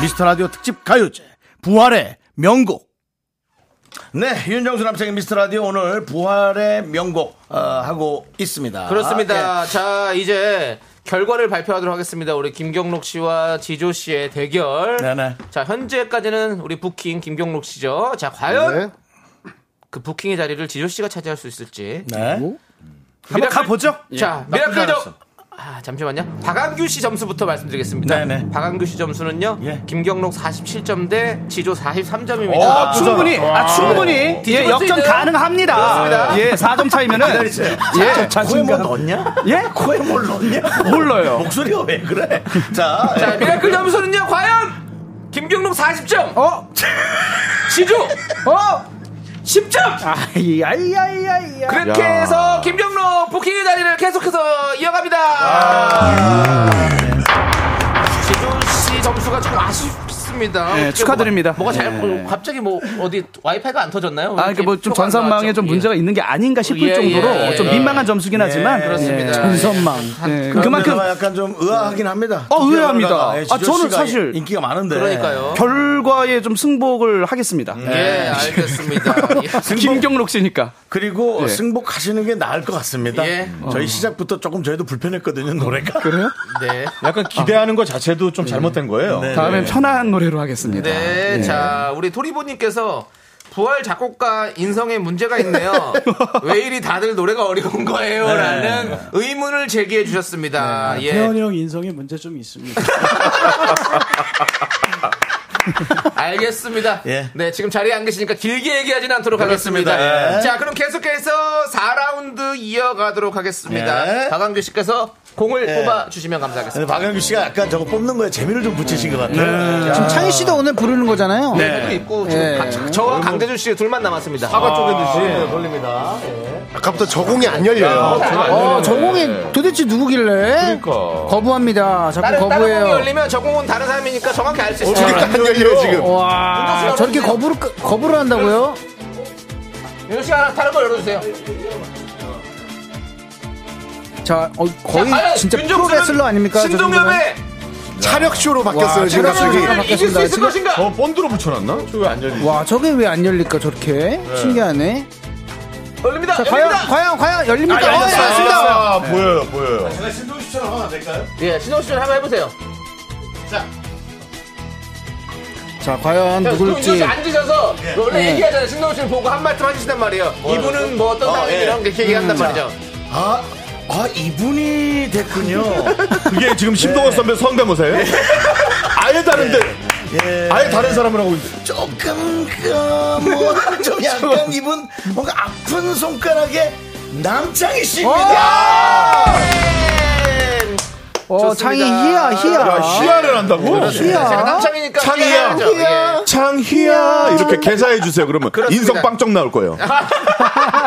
미스터 라디오 특집 가요제 부활의 명곡. 네, 윤정수 남창의 미스터 라디오 오늘 부활의 명곡 어, 하고 아, 있습니다. 그렇습니다. 예. 자 이제 결과를 발표하도록 하겠습니다. 우리 김경록 씨와 지조 씨의 대결. 네네. 자 현재까지는 우리 부킹 김경록 씨죠. 자 과연 그 부킹의 자리를 지조 씨가 차지할 수 있을지. 네. 한번 가보죠. 예. 자 미라클 점. 아 잠시만요. 박한규 씨 점수부터 말씀드리겠습니다. 네네. 박한규 씨 점수는요. 예. 김경록 47점 대 지조 43점입니다. 어, 충분히, 아, 충분히. 예, 네. 역전 가능합니다. 예, 4점 차이면은. 예, 코에 뭐 넣었냐? 예? 코에 뭘 넣었냐? 몰라요. 목소리가 왜 그래? 자, 자, 미라클 점수는요, 과연! 김경록 40점! 어? 지주! 어? 10점! 아이, 아이, 아이, 아이. 그렇게 야. 해서 김경록 부킹의 자리를 계속해서 이어갑니다. 지주 씨 점수가 조금 아쉽습니다. 그렇습니다. 네, 어떻게 축하드립니다. 뭐가, 뭐가 잘못, 네. 갑자기 뭐 어디 와이파이가 안 터졌나요? 아, 그러니까 뭐좀 표가 안 전산망에 나왔죠? 좀 예. 문제가 있는 게 아닌가 싶을 예, 정도로 예, 예, 좀 예. 민망한 점수긴 하지만 예, 그렇습니다. 예. 전선망. 예. 그만큼 그만큼 약간 좀 의아하긴 합니다. 어, 의외합니다. 예, 아, 지조 저는 씨가 사실 인기가 많은데 결과에 좀 승복을 하겠습니다. 예, 알겠습니다. 김경록 씨니까. 그리고 예. 승복하시는 게 나을 것 같습니다. 음. 예. 저희 어. 시작부터 조금 저희도 불편했거든요 노래가. 그래요? 네. 약간 기대하는 것 자체도 좀 잘못된 거예요. 다음엔 네. 편한 노래로 하겠습니다. 네, 예. 자 우리 토리보님께서 부활 작곡가 인성에 문제가 있네요. 왜 이리 다들 노래가 어려운 거예요?라는 의문을 제기해 아, 주셨습니다. 예. 태현이 형 아, 인성에 문제 좀 있습니다. 알겠습니다. 네, 지금 자리에 안 계시니까 길게 얘기하진 않도록 그렇습니다. 하겠습니다. 예. 자, 그럼 계속해서 4라운드 이어가도록 하겠습니다. 예. 박광규 씨께서 공을 예. 뽑아 주시면 감사하겠습니다. 박영규 씨가 약간 저거 뽑는 거에 재미를 좀 붙이신 것 같아요. 네. 지금 창희 씨도 오늘 부르는 거잖아요. 네. 있고 지금 예. 강- 저와 강대준 씨 둘만 남았습니다. 사과 쪼개듯이. 네, 걸립니다. 아까부터 저공이 안 열려요. 어, 저공이 도대체 누구길래? 그러니까. 거부합니다. 아, 자꾸 다른 다른 공이 거부해요. 열리면 저공은 다른 사람이니까 정확히 알 수 어, 있어요. 저기 딱 열려요, 지금. 와, 아, 저렇게 거부를, 끄- 거부를 한다고요? 윤호 씨 하나 다른 거 열어주세요. 자, 어, 거의 자, 과연 진짜 윤정수는 프로레슬러 아닙니까? 저 신동엽의 차력쇼로 바뀌었어요, 지금 갑자기. 바뀌었습니다, 지금. 저 어, 본드로 붙여놨나? 저왜 안 열리지? 와, 저게 왜 안 열릴까, 저렇게? 신기하네. 열립니다. 자, 과연, 과연, 과연 열립니다. 예, 아, 열렸어요. 열렸습니다. 아, 보여요, 보여요. 제가 신동 씨처럼 하면 안 될까요? 예, 신동엽 씨좀 한번 해보세요. 자, 자, 과연 윤정수 누굴지. 씨 앉으셔서 원래 예. 얘기하잖아요. 신동엽 씨를 보고 한 말씀 하시단 말이에요. 이분은 뭐 어떤 예. 사람이랑 이렇게 얘기한단 말이죠. 아, 아 이분이 됐군요. 네. 그게 지금 심동원 선배 성대모사예요? 아예 다른데. 네. 아예 다른 사람을 하고 있는데. 조금 그뭐좀 약간 이분 뭔가 아픈 손가락에 남창희 예. 씨입니다. 어, 창희 희야, 희야. 야, 희야를 한다고? 희야. 제가 어? 남창이니까 창희야. 해야죠. 예. 창희야. 이렇게 개사해 주세요. 그러면 그렇습니다. 인성 빵점 나올 거예요.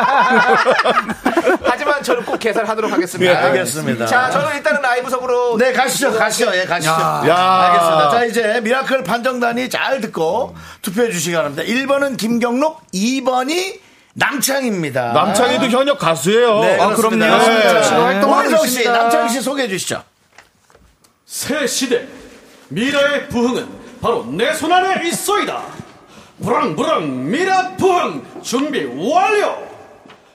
하지만 저는 꼭 계산을 하도록 하겠습니다. 예, 알겠습니다. 자, 저는 일단은 라이브석으로 네, 가시죠, 가시죠, 예, 가시죠. 야. 알겠습니다. 자, 이제 미라클 판정단이 잘 듣고 투표해 주시기 바랍니다. 1번은 김경록, 2번이 남창입니다. 남창희도 현역 가수예요. 네, 그렇습니다. 네. 오혜성 씨, 남창희 씨 소개해 주시죠. 새 시대 미라의 부흥은 바로 내 손 안에 있어이다. 무랑무랑 미라 부흥 준비 완료.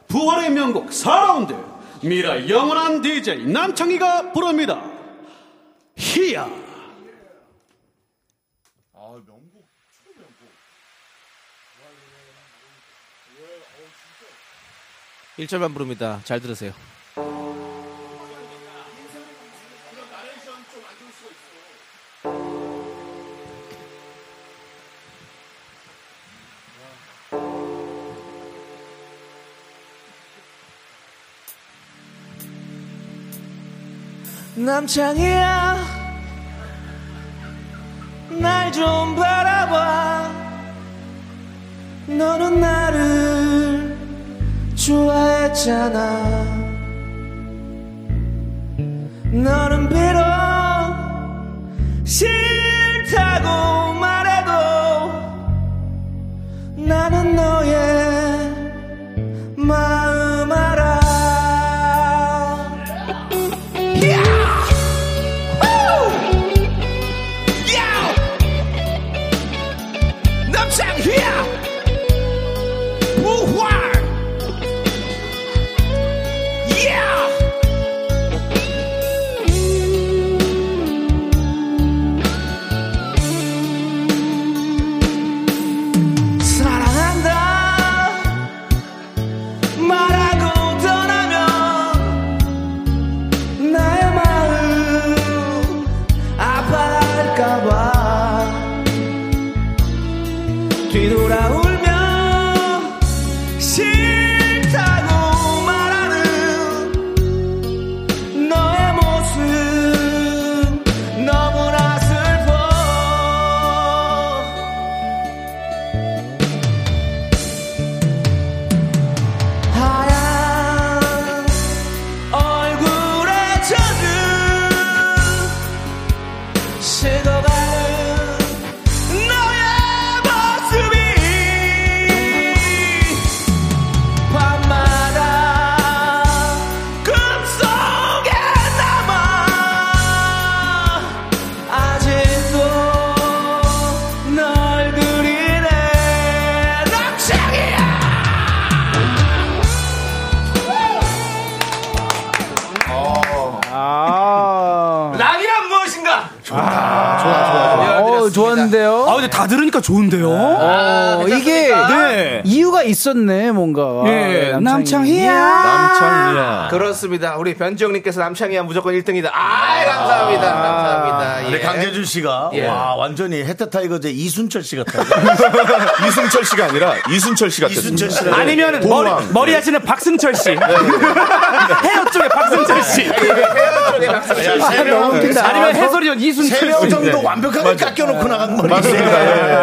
부활의 명곡 4라운드 미라 영원한 DJ 남창희가 부릅니다. 히야. 아, 일절만 부릅니다. 잘 들으세요. 남창이야 날 좀 바라봐 너는 나를 좋아했잖아 너는 비록 싫다고 말해도 나는 너의 마음 알아 사랑한다 말하고 떠나면 나의 마음 아파할까봐 뒤돌아올면 싫다고 말하는 너의 모습 너무나 슬퍼 하얀 얼굴에 젖은 식어가는 아. 아, 네, 아, 근데 다 들으니까 좋은데요? 어, 아, 어, 이게 괜찮습니까? 네. 이유가 있었네, 뭔가. 예, 남창희. 남창희야. 그렇습니다. 우리 변지영님께서 남창희야 무조건 1등이다. 아, 감사합니다. 감사합니다. 예. 근데 아, 네, 강재준 씨가 예. 와 완전히 해태 타이거제 이순철 씨 같아요. 이승철 씨가 아니라 이순철 씨 네. 같은. 이순철 씨. 아니면 머리, 머리 하시는 박승철 씨. 헤어 쪽에 박승철 씨. 아, 너무 웃긴다. 아니면 해설위원 이순철 씨. 세명 정도 완벽하게 깎여놓고 나간 머리. 맞습니다.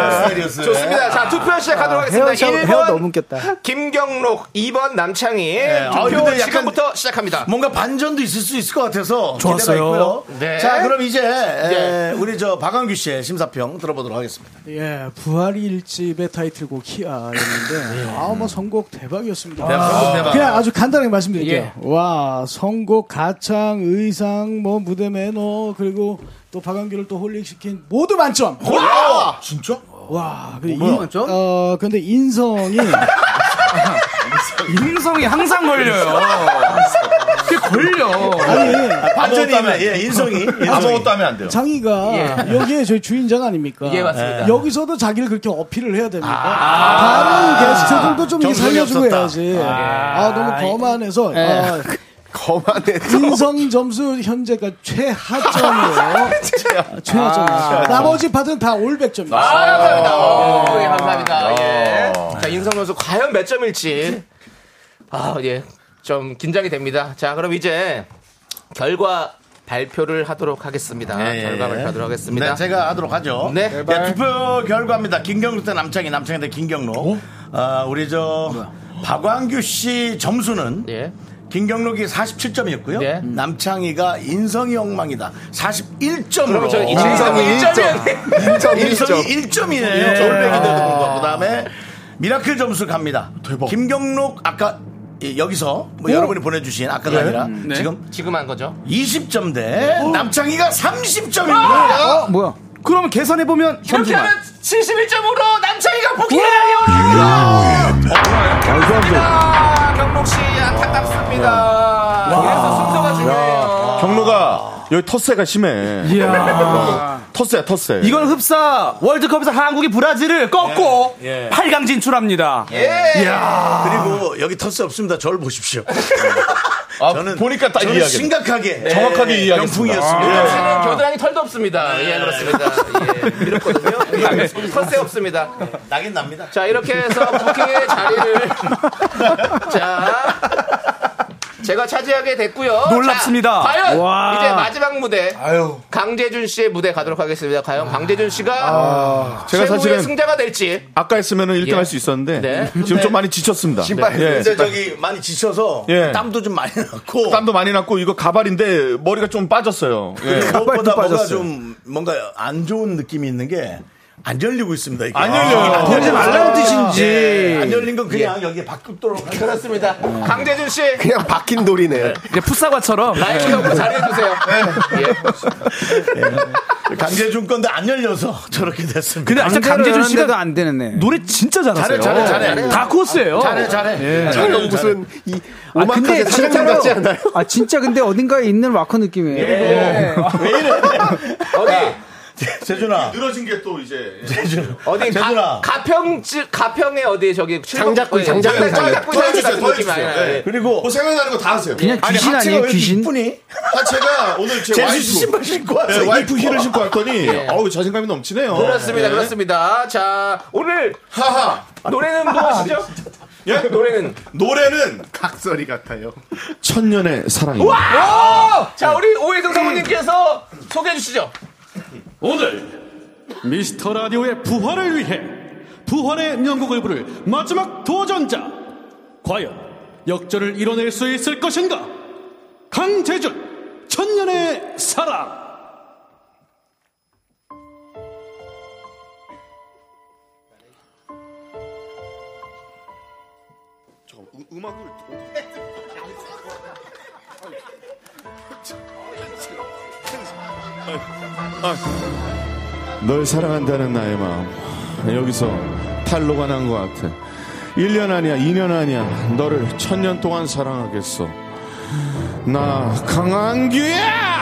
예. 스타일이었어요. 좋습니다. 자, 투표 시작하도록 아, 하겠습니다. 1번 김경록, 2번 남창희. 네. 아, 투표 근데 약간 지금부터 시작합니다. 뭔가 반전도 있을 수 있을 것 같아서 좋았어요. 기대가 있고요. 네. 자, 그럼 이제 에, 예. 우리 저 박광규 씨의 심사평 들어보도록 하겠습니다. 예, 부활이 일집의 타이틀곡 히아였는데 네. 아 뭐 선곡 대박이었습니다. 대박, 아, 선곡 대박. 그냥 아주 간단하게 말씀드릴게요. 예. 와 선곡 가창 의상 뭐 무대 매너 그리고 또 박완규를 또 홀릭시킨 모두 만점. 와 진짜? 와 뭐, 그 인- 어 근데 인성이 인성이 항상 걸려요. 그게 걸려. 아니, 예. 반전이 있네. 예, 인성이. 아무것도 하면 안 돼요. 장이가 예. 여기에 저희 주인장 아닙니까? 예, 맞습니다. 여기서도 자기를 그렇게 어필을 해야 됩니까? 아. 다른 게스트들도 좀 이렇게 정성이 살려주고 없었다. 해야지. 아. 아, 너무 거만해서. 예. 아, 거만해서. 인성 점수 현재가 최하점이에요. 최하점이에요. 아. 나머지 받은 다 올백점이에요. 아, 감사합니다. 오, 예, 아. 감사합니다. 예. 자, 인성 선수 과연 몇 점일지. 아, 예. 좀 긴장이 됩니다. 자, 그럼 이제 결과 발표를 하도록 하겠습니다. 결과 발표하도록 하겠습니다. 예. 네, 제가 하도록 하죠. 네. 네, 투표 결과입니다. 김경록 대 남창희, 남창희 대 어? 김경록. 아, 우리 저 박광규 씨 점수는 예. 김경록이 47점이었고요. 네. 남창희가 인성이 엉망이다. 41점으로. 그럼 저 인성이 인성이 인성이 일점이었네. 인성이 1점이네. 일점. 절백인데도 불구하고. 그 다음에 미라클 점수 갑니다. 김경록 아까 이- 여기서 뭐 오. 여러분이 보내주신 아까가 예. 아니라 음, 네. 지금 지금 한 거죠? 20점 대 어. 예? 남창희가 30점입니다. 어, 뭐야? 그러면 계산해 보면 아! 예! 이렇게 하면 71점으로 남창희가 복귀를 하려고 경록 씨 예. 안타깝습니다. 그래서 순서가 중요해요. 경로가 여기 텃세가 심해. 이야. 어, 텃세야 텃세. 이건 흡사 월드컵에서 한국이 브라질을 꺾고 예, 예. 8강 진출합니다. 이야. 예. 그리고 여기 터스 없습니다. 저를 보십시오. 저는 아, 보니까 딱 저는 이해하겠네. 심각하게 네. 정확하게 이해하겠습니다. 예. 아, 명풍이었습니다. 네. 씨는 겨드랑이 털도 없습니다. 예, 그렇습니다. 예, 이렇거든요. 네. 털새 없습니다. 나긴 네. 납니다. 자, 이렇게 해서 부킹의 자리를. 자. 제가 차지하게 됐고요. 놀랍습니다. 자, 과연 와. 이제 마지막 무대 강재준 씨의 무대 가도록 하겠습니다. 과연 강재준 씨가 아. 제가 최고의 사실은 승자가 될지. 아까 했으면은 1등 예. 할 수 있었는데 네. 지금 네. 좀 많이 지쳤습니다. 신발 예. 근데 저기 많이 지쳐서 예. 땀도 좀 많이 났고 땀도 많이 났고 이거 가발인데 머리가 좀 빠졌어요. 예. 네. 그리고 무엇보다 뭔가 빠졌어요. 좀 뭔가 안 좋은 느낌이 있는 게 안 열리고 있습니다. 이게. 아, 안 아. 열려요. 안 그러지 말라는 뜻인지. 예, 안 열린 건 그냥 여기 바뀌도록 그렇습니다. 강재준 씨 그냥 박힌 돌이네. 네. 이제 풋사과처럼 라이브 경고 잘해주세요. 강제준 건데 안 열려서 저렇게 됐습니다. 근데 아직 강재준 씨가 안 되는 애. 노래 진짜 잘하세요. 네. 잘해, 잘해, 잘해. 다 코스예요. 잘해, 잘해. 예. 저는 잘해. 무슨 이 아, 오마카세 근데 사장님 같지 진짜로. 않아요? 아, 진짜 근데 어딘가에 있는 와커 느낌이에요. 네. 예. 재준아. 늘어진 게 또 이제 재준아. 어디 가, 가평 가평에 어디 저기 장작구, 예, 장작구, 장작구 더 장작구 해주세요, 같은 더 느낌 해주세요. 아니에요. 예. 네. 그리고 뭐 생각나는 거 다 하세요. 그냥 아니, 귀신 하체가 아니에요, 왜 이렇게 귀신? 이쁘니? 하체가 오늘 제 제수 와이프 씨 신발 신고 왔어요, 예, 와이프 이거. 힐을 신고 왔더니 어우 자신감이 넘치네요. 그렇습니다, 예. 그렇습니다. 자, 오늘 하하 아, 노래는 무엇이죠? 예? 노래는 노래는 각설이 같아요. 천년의 사랑입니다. 와! 어, 자, 우리 네. 오해성 사모님께서 소개해 주시죠. 오늘 미스터 라디오의 부활을 위해 부활의 명곡을 부를 마지막 도전자 과연 역전을 이뤄낼 수 있을 것인가 강재준 천년의 사랑 음악을 아, 널 사랑한다는 나의 마음 여기서 탈로가 난 것 같아 1년 아니야 2년 아니야 너를 천년 동안 사랑하겠어 나 강한규야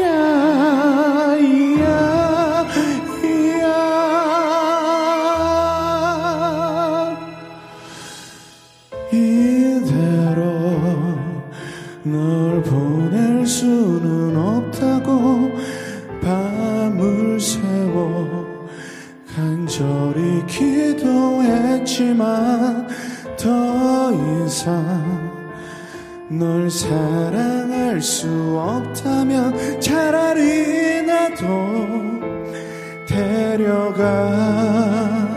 야, 세워 간절히 기도했지만 더 이상 널 사랑할 수 없다면 차라리 나도 데려가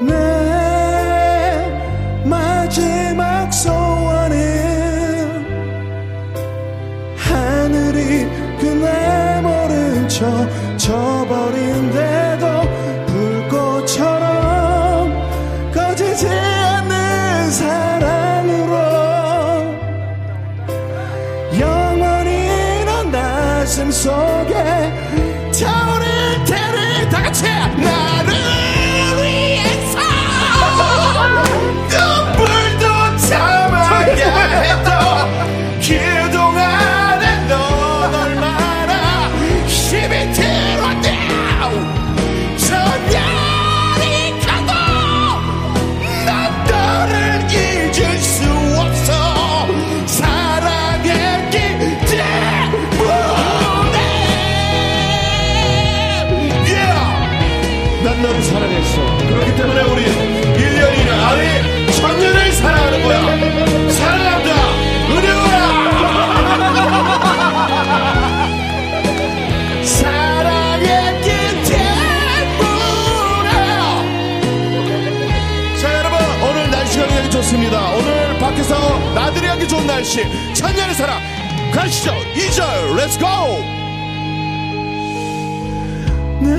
내 마지막 소원은 하늘이 그날 모른 척 져버린데도 불꽃처럼 꺼지지 않는 사랑으로 영원히 넌 가슴 속에 차오를 테니 다 같이 나를 위해서 눈물도 참아야 했던 그동안에 넌 얼마나 힘이 들었냐 전열이 가도 난 너를 잊을 수 없어 사랑했기 때문에 yeah! 난 너를 사랑했어 그렇기 때문에 우리 1년이나 아니 천년을 사랑하는 거야 사랑한다 은혜야 사랑했기 때문에 자 여러분 오늘 날씨가 굉장히 좋습니다 오늘 밖에서 나들이 하기 좋은 날씨 천년의 사랑 가시죠 2절 렛츠고 내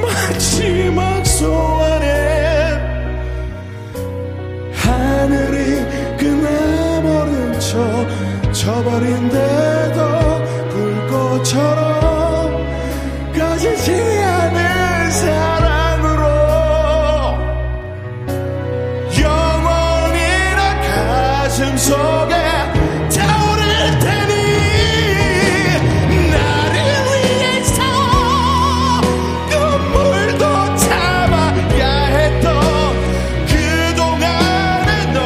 마지막 소원에 하늘이 그나 모른 척 쳐버린데도 불꽃처럼 꺼지지 않을 사랑으로 영원히나 가슴 속에 타오를 테니 나를 위해서 눈물도 참아야 했던 그동안에 넌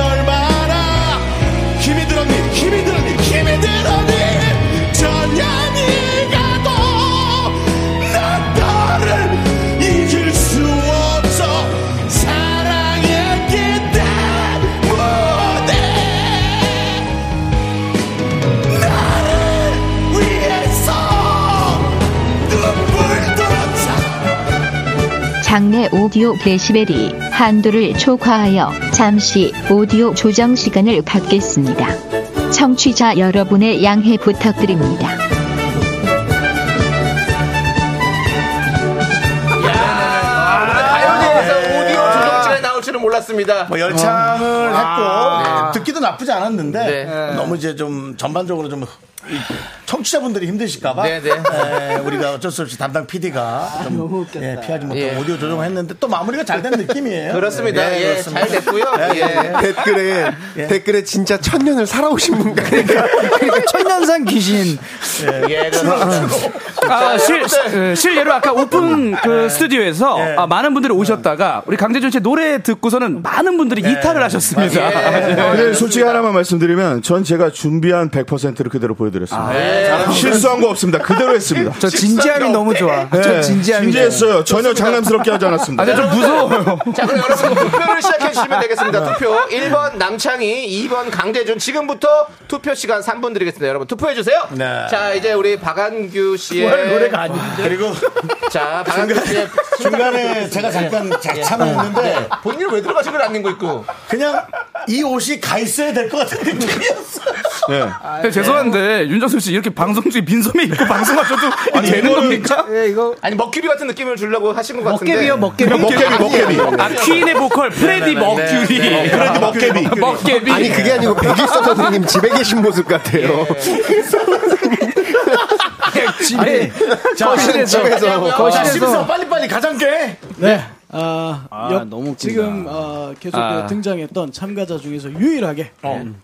얼마나 힘이 들었니 힘이 들었니 힘이 들었니 전년이 가도 난 너를 잊을 수 없어 사랑했기 때문에 나를 위해서 눈물도 장내 오디오 데시벨이 한도를 초과하여 잠시 오디오 조정 시간을 갖겠습니다. 청취자 여러분의 양해 부탁드립니다. 가요제에서 오디오 조정 시간이 나올 줄은 몰랐습니다. 뭐 열창을 했고 아. 네, 듣기도 나쁘지 않았는데 네. 너무 이제 좀 전반적으로 좀 이- 청취자분들이 힘드실까봐 네, 네. 에, 우리가 어쩔 수 없이 담당 PD가 좀 예, 피하지 못하고 예. 오디오 조정했는데 또 마무리가 잘 된 느낌이에요. 네, 그렇습니다. 예, 잘 됐고요. 예. 댓글에 예. 댓글에 진짜 천년을 살아오신 그러니까 분 같으니까 천년산 귀신. 예, 아, 실, 그, 실례로 아까 오픈 예. 그 스튜디오에서 아, 많은 분들이 오셨다가 우리 강재준 씨 노래 듣고서는 많은 분들이 예. 이탈을 아, 예. 아, 네, 하셨습니다. 오늘 솔직히 하나만 말씀드리면 전 제가 준비한 100%를 그대로 보여드렸습니다. 아, 예. 잘하셨어요. 실수한 거 없습니다. 그대로 했습니다. 저 진지함이 너무 좋아. 네, 저 진지함이 진지했어요. 전혀 장난스럽게 하지 않았습니다. 아, 저좀 무서워요. 자, 그럼 여러분 투표를 시작해 주시면 되겠습니다. 투표 1번 남창희, 2번 강대준. 지금부터 투표 시간 3분 드리겠습니다. 여러분 투표해 주세요. 네. 자, 이제 우리 박한규 씨의 뭘 노래가 아닌데. 그리고 자, 박한규 씨의 중간에 제가 잠깐 작참을 했는데 예. 본인 왜 들어가신 걸 안는거 있고 그냥 이 옷이 가 있어야 될 것 같은 느낌이었어. 네, 죄송한데 윤정수 씨 이렇게 방송 중에 빈소매 입고 방송하셔도 아니, 예, 되는 이거는- 겁니까? 아니 먹귀비 같은 느낌을 주려고 하신 것 같은데. 먹개비요, 먹개비? 먹개비, 먹개비. 네, 아, 퀸의 보컬 네, 프레디 머큐리. 아, 프레디 머큐리. 먹개비. 아니 그게 아니고 백일서 선생님 집에 계신 모습 같아요. 집에 거실에서. 거실에서 거실에서. 거실에서 빨리빨리 가장 깨. 네. 아, 아, 옆- 너무 웃긴다. 지금 아, 계속 아. 등장했던 참가자 중에서 유일하게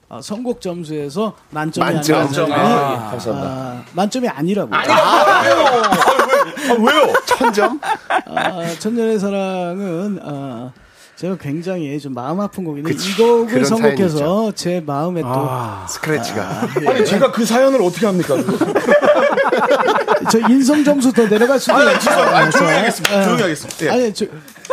아, 선곡 점수에서 만점이 만점. 아니라 만점. 아, 감사합니다. 만점이 아니라고. 아, 왜요? 천점? 아, 천년의 사랑은 아, 제가 굉장히 좀 마음 아픈 곡인데 이 곡을 그런 선곡해서 제 마음에 또 스크래치가. 네. 아니 제가 그 사연을 어떻게 합니까? 저 인성 점수 더 내려갈 수도 아니, 있어요. 아니, 죄송합니다. 아니, 조용히 하겠습니다. 예. 조용히 하겠습니다. 예. 아니, 저,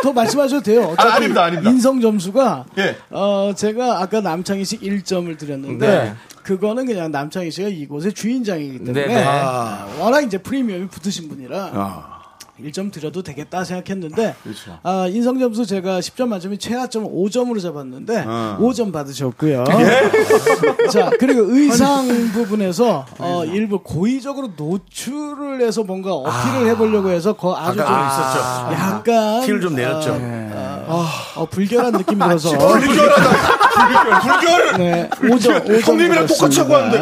더 말씀하셔도 돼요. 아, 어차피 아닙니다, 아닙니다. 인성 점수가 예. 어, 제가 아까 남창희 씨 1점을 드렸는데 네. 그거는 그냥 남창희 씨가 이곳의 주인장이기 때문에 네, 네. 아, 워낙 이제 프리미엄이 붙으신 분이라 아, 1점 드려도 되겠다 생각했는데 그렇죠. 아, 인성 점수 제가 10점 만점에 최하점 5점으로 잡았는데 아. 5점 예? 받으셨고요. 어? 예? 자 그리고 의상 부분에서 어, 일부 고의적으로 노출을 해서 아. 뭔가 어필을 해보려고 해서 거 아주 아까 좀 좀 있었죠. 약간 아, 티를 좀 내렸죠. 어, 어, 어, 불결한 느낌이 들어서 아, 불결. 네, 5점, 5점 형님이랑 똑같이 하고 왔는데.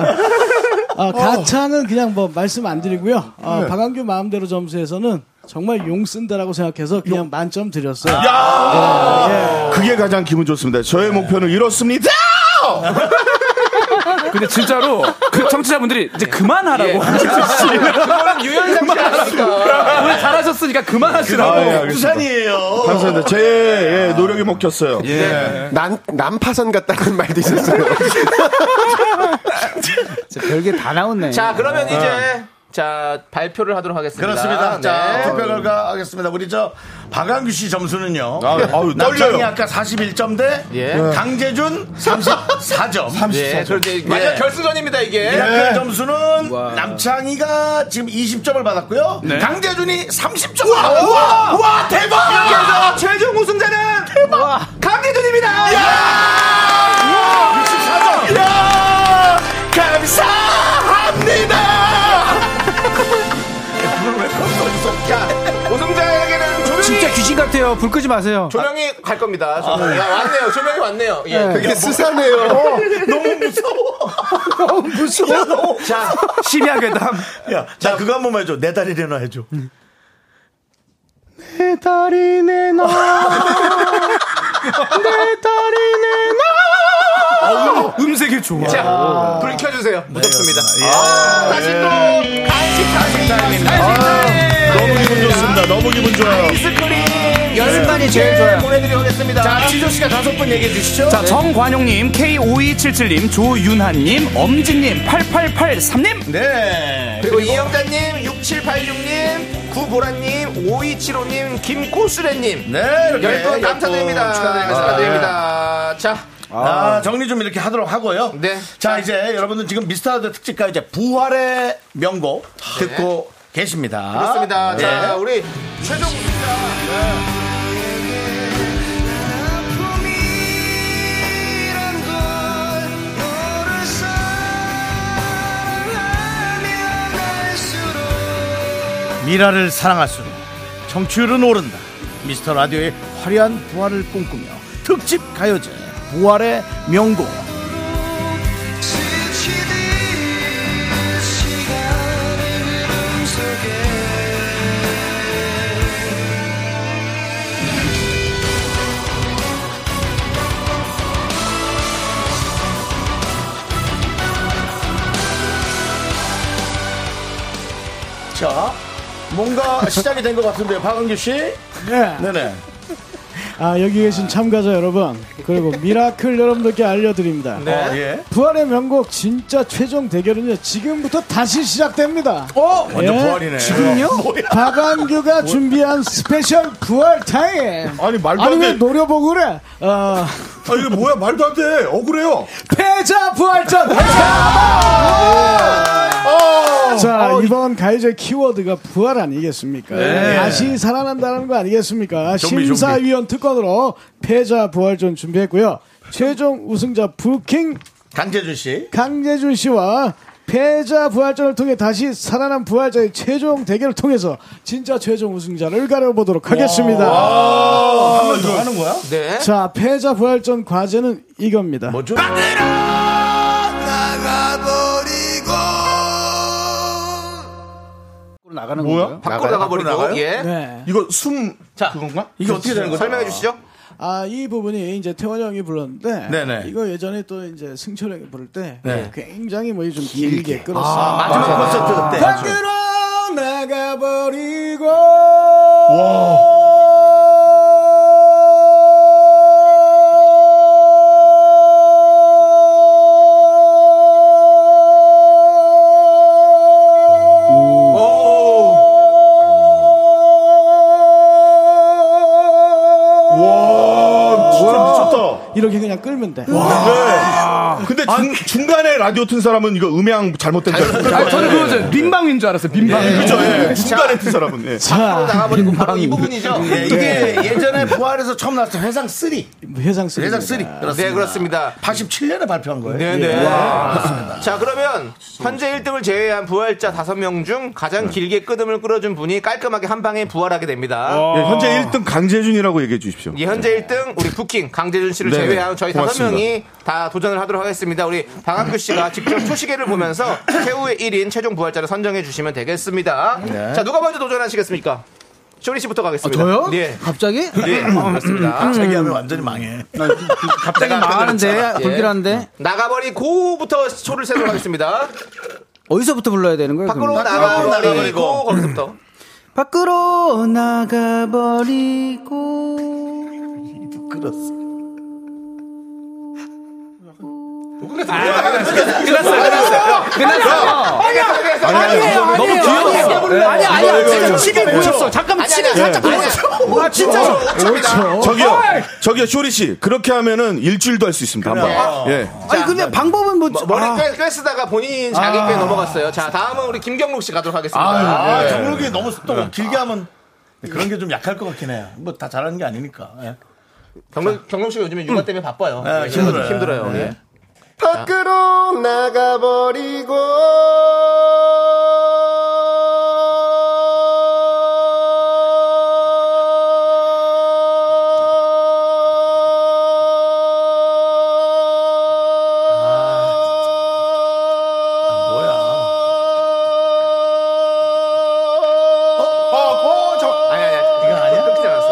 어. 아, 가차는 그냥 뭐 말씀 안 드리고요. 아, 네. 박완규 마음대로 점수에서는 정말 용 쓴다라고 생각해서 그냥 만점 드렸어요. 그게 가장 기분 좋습니다. 저의 목표는 이렇습니다. 근데 진짜로 그 청취자분들이 이제 그만하라고. 그거는 유연상 씨 아닙니까? 오늘 잘하셨으니까 그만하시라고. 아, 예, 알겠습니다. 감사합니다. 제 예, 노력이 먹혔어요. 예. 난, 난파선 같다는 말도 있었어요. 별게 다 나왔네. 어. 자, 그러면 네. 이제 자 발표를 하도록 하겠습니다. 그렇습니다. 네. 자, 투표 결과 하겠습니다. 우리 저 박한규 씨 점수는요. 아, 아유, 남창이 떨려요. 아까 41점 대 예. 강재준 34점. 네, 예, 그런데 이게 완전 결승전입니다 이게. 네. 미라클 점수는 남창희가 지금 20점을 받았고요. 네. 강재준이 30점. 우와, 받았어요. 우와, 우와, 대박! 그래서 최종 우승자는 강대준입니다. 우와, 64점. 야! 감사합니다. 자, 우승자에게는 조명이 진짜 귀신 같아요. 불 끄지 마세요. 조명이 갈 겁니다. 조명이 야, 왔네요. 아. 조명이 왔네요. 예. 네. 그게 수사네요. 너무 무서워. 너무 무서워. 자, 심야괴담. 야, 자, 그거 한 번만 해줘. 내 다리 내놔 해줘. 내 다리 내놔 내 다리 내놔 어, 음색이 좋아. 자, 불 켜주세요. 무섭습니다. 아, 다시 또 간식 타임, 간식 타임. 너무 기분 좋습니다. 너무 기분 좋아요. 아이스크림 열반이 제일 좋아요. 네, 네. 보내드리겠습니다. 자, 지조 씨가 다섯 분 얘기해 주시죠. 자, 정관용님, K5277님, 조윤하님, 엄지님, 8883님. 네. 그리고 이영자님, 6786님, 구보라님, 5275님, 김코스레님. 네, 이렇게 열분 감사드립니다. 열분 축하드리겠습니다. 축하드립니다. 자. 아, 정리 좀 이렇게 하도록 하고요. 네. 자, 이제 여러분들 지금 미스터드 특집과 이제 부활의 명곡 네. 듣고 계십니다. 아, 네. 그렇습니다. 자, 우리 최종 미라를 사랑할수록 청취율은 오른다. 미스터 라디오의 화려한 부활을 꿈꾸며 특집 가요제 부활의 명곡. 자, 뭔가 시작이 된 것 같은데요, 박은규 씨? 네. 네네. 아, 여기 계신 참가자 여러분, 그리고 미라클 여러분들께 알려드립니다. 네. 어, 예. 부활의 명곡 진짜 최종 대결은요, 지금부터 다시 시작됩니다. 어? 완전 부활이네. 지금요? 박완규가 준비한 스페셜 부활 타임. 아니, 말도 아니, 안 왜 돼. 노려보고 그래? 어, 아, 이게 뭐야? 말도 안 돼. 억울해요. 패자 부활전! 자 이번 가요제 키워드가 부활 아니겠습니까? 네. 다시 살아난다는 거 아니겠습니까? 좀비, 심사위원 특권으로 패자 부활전 준비했고요. 최종 우승자 부킹 강재준 씨. 강재준 씨와 패자 부활전을 통해 다시 살아난 부활자의 최종 대결을 통해서 진짜 최종 우승자를 가려보도록 하겠습니다. 한번 더 하는 거야? 네. 자 패자 부활전 과제는 이겁니다. 뭐죠? 나가는 뭐야? 밖으로 나가버리고. 예. 네. 이거 숨 그건가? 이게 어떻게 되는 거죠? 설명해 주시죠. 아, 이 부분이 이제 태원 형이 불렀는데 네네. 이거 예전에 또 이제 승철 형이 부를 때 네. 굉장히 뭐 좀 길게 끌었어요. 아, 마지막 콘서트 때. 아, 밖으로 나가버리고 와. 이렇게 그냥 끌면 돼. 네. 아. 근데 중, 간에 라디오 튼 사람은 이거 음향 잘못된 줄 알고. 아, 저는 그거죠. 민방인 줄 알았어요. 민방. 예, 그죠, 예. 중간에 두 튼 사람은. 예. 앞으로 나가버리고 바로 이 부분이죠. 예, 이게 예전에 부활에서 처음 나왔던 회상 3. 회상 3. 회상 3. 그렇습니다. 네, 그렇습니다. 87년에 발표한 거예요. 네네. 예. 와, 그렇습니다. 자, 그러면 현재 1등을 제외한 부활자 5명 중 가장 네. 길게 끄듬을 끌어준 분이 깔끔하게 한 방에 부활하게 됩니다. 예, 현재 1등 강재준이라고 얘기해 주십시오. 예, 현재 1등 우리 부킹 강재준 씨를 네. 제외한 저희 다섯 고맙습니다. 명이 다 도전을 하도록 하겠습니다. 우리 방학규 씨가 직접 초시계를 보면서 최후의 1인 최종 부활자를 선정해 주시면 되겠습니다. 네. 자, 누가 먼저 도전하시겠습니까? 쇼리 씨부터 가겠습니다. 아, 저요? 네. 갑자기? 예, 음, 네, 맞습니다. 갑자기 하면 아, 완전히 망해. 갑자기 내가 아까 망하는데, 그랬잖아. 불길한데? 그렇죠. 예. 나가버리 고부터 초를 세도록 하겠습니다. 어디서부터 불러야 되는 거예요? 밖으로 그럼? 네. 나가버리고 거기서부터 밖으로 나가버리고 끌었어. 아, 끝났어요. 끝났어요. 끝났어요. 아니야, 아니야, 아니에요, 너무 아니에요, 귀여워서. 아니에요. 아니야, 이거, 아니야, 이거, 지금 이거. 시계 이거. 보였어. 잠깐만, 아니야, 시계 아니야, 살짝 아니야. 보였어. 아니야. 아, 진짜로. 그렇죠. 어, 예. 아, 저기요, 저기요, 쇼리 씨. 그렇게 하면은 일주일도 할 수 있습니다. 한 번. 예. 아니 근데 방법은 뭐 머리 아. 꿰- 꿰쓰다가 본인 자기 꽤 아. 넘어갔어요. 자, 다음은 우리 김경록 씨 가도록 하겠습니다. 아, 네. 예. 네. 정록이 너무 또 길게 하면 그런 게 좀 약할 것 같긴 해요. 뭐 다 잘하는 게 아니니까. 예. 경록, 경록 씨가 요즘에 육아 때문에 바빠요. 예, 예, 힘들어요. 네. 힘들어요. 예. 밖으로 나가버리고 아, 어, 저. 아니, 아니, 아니. 이거 아니야? 끊기지 않았어.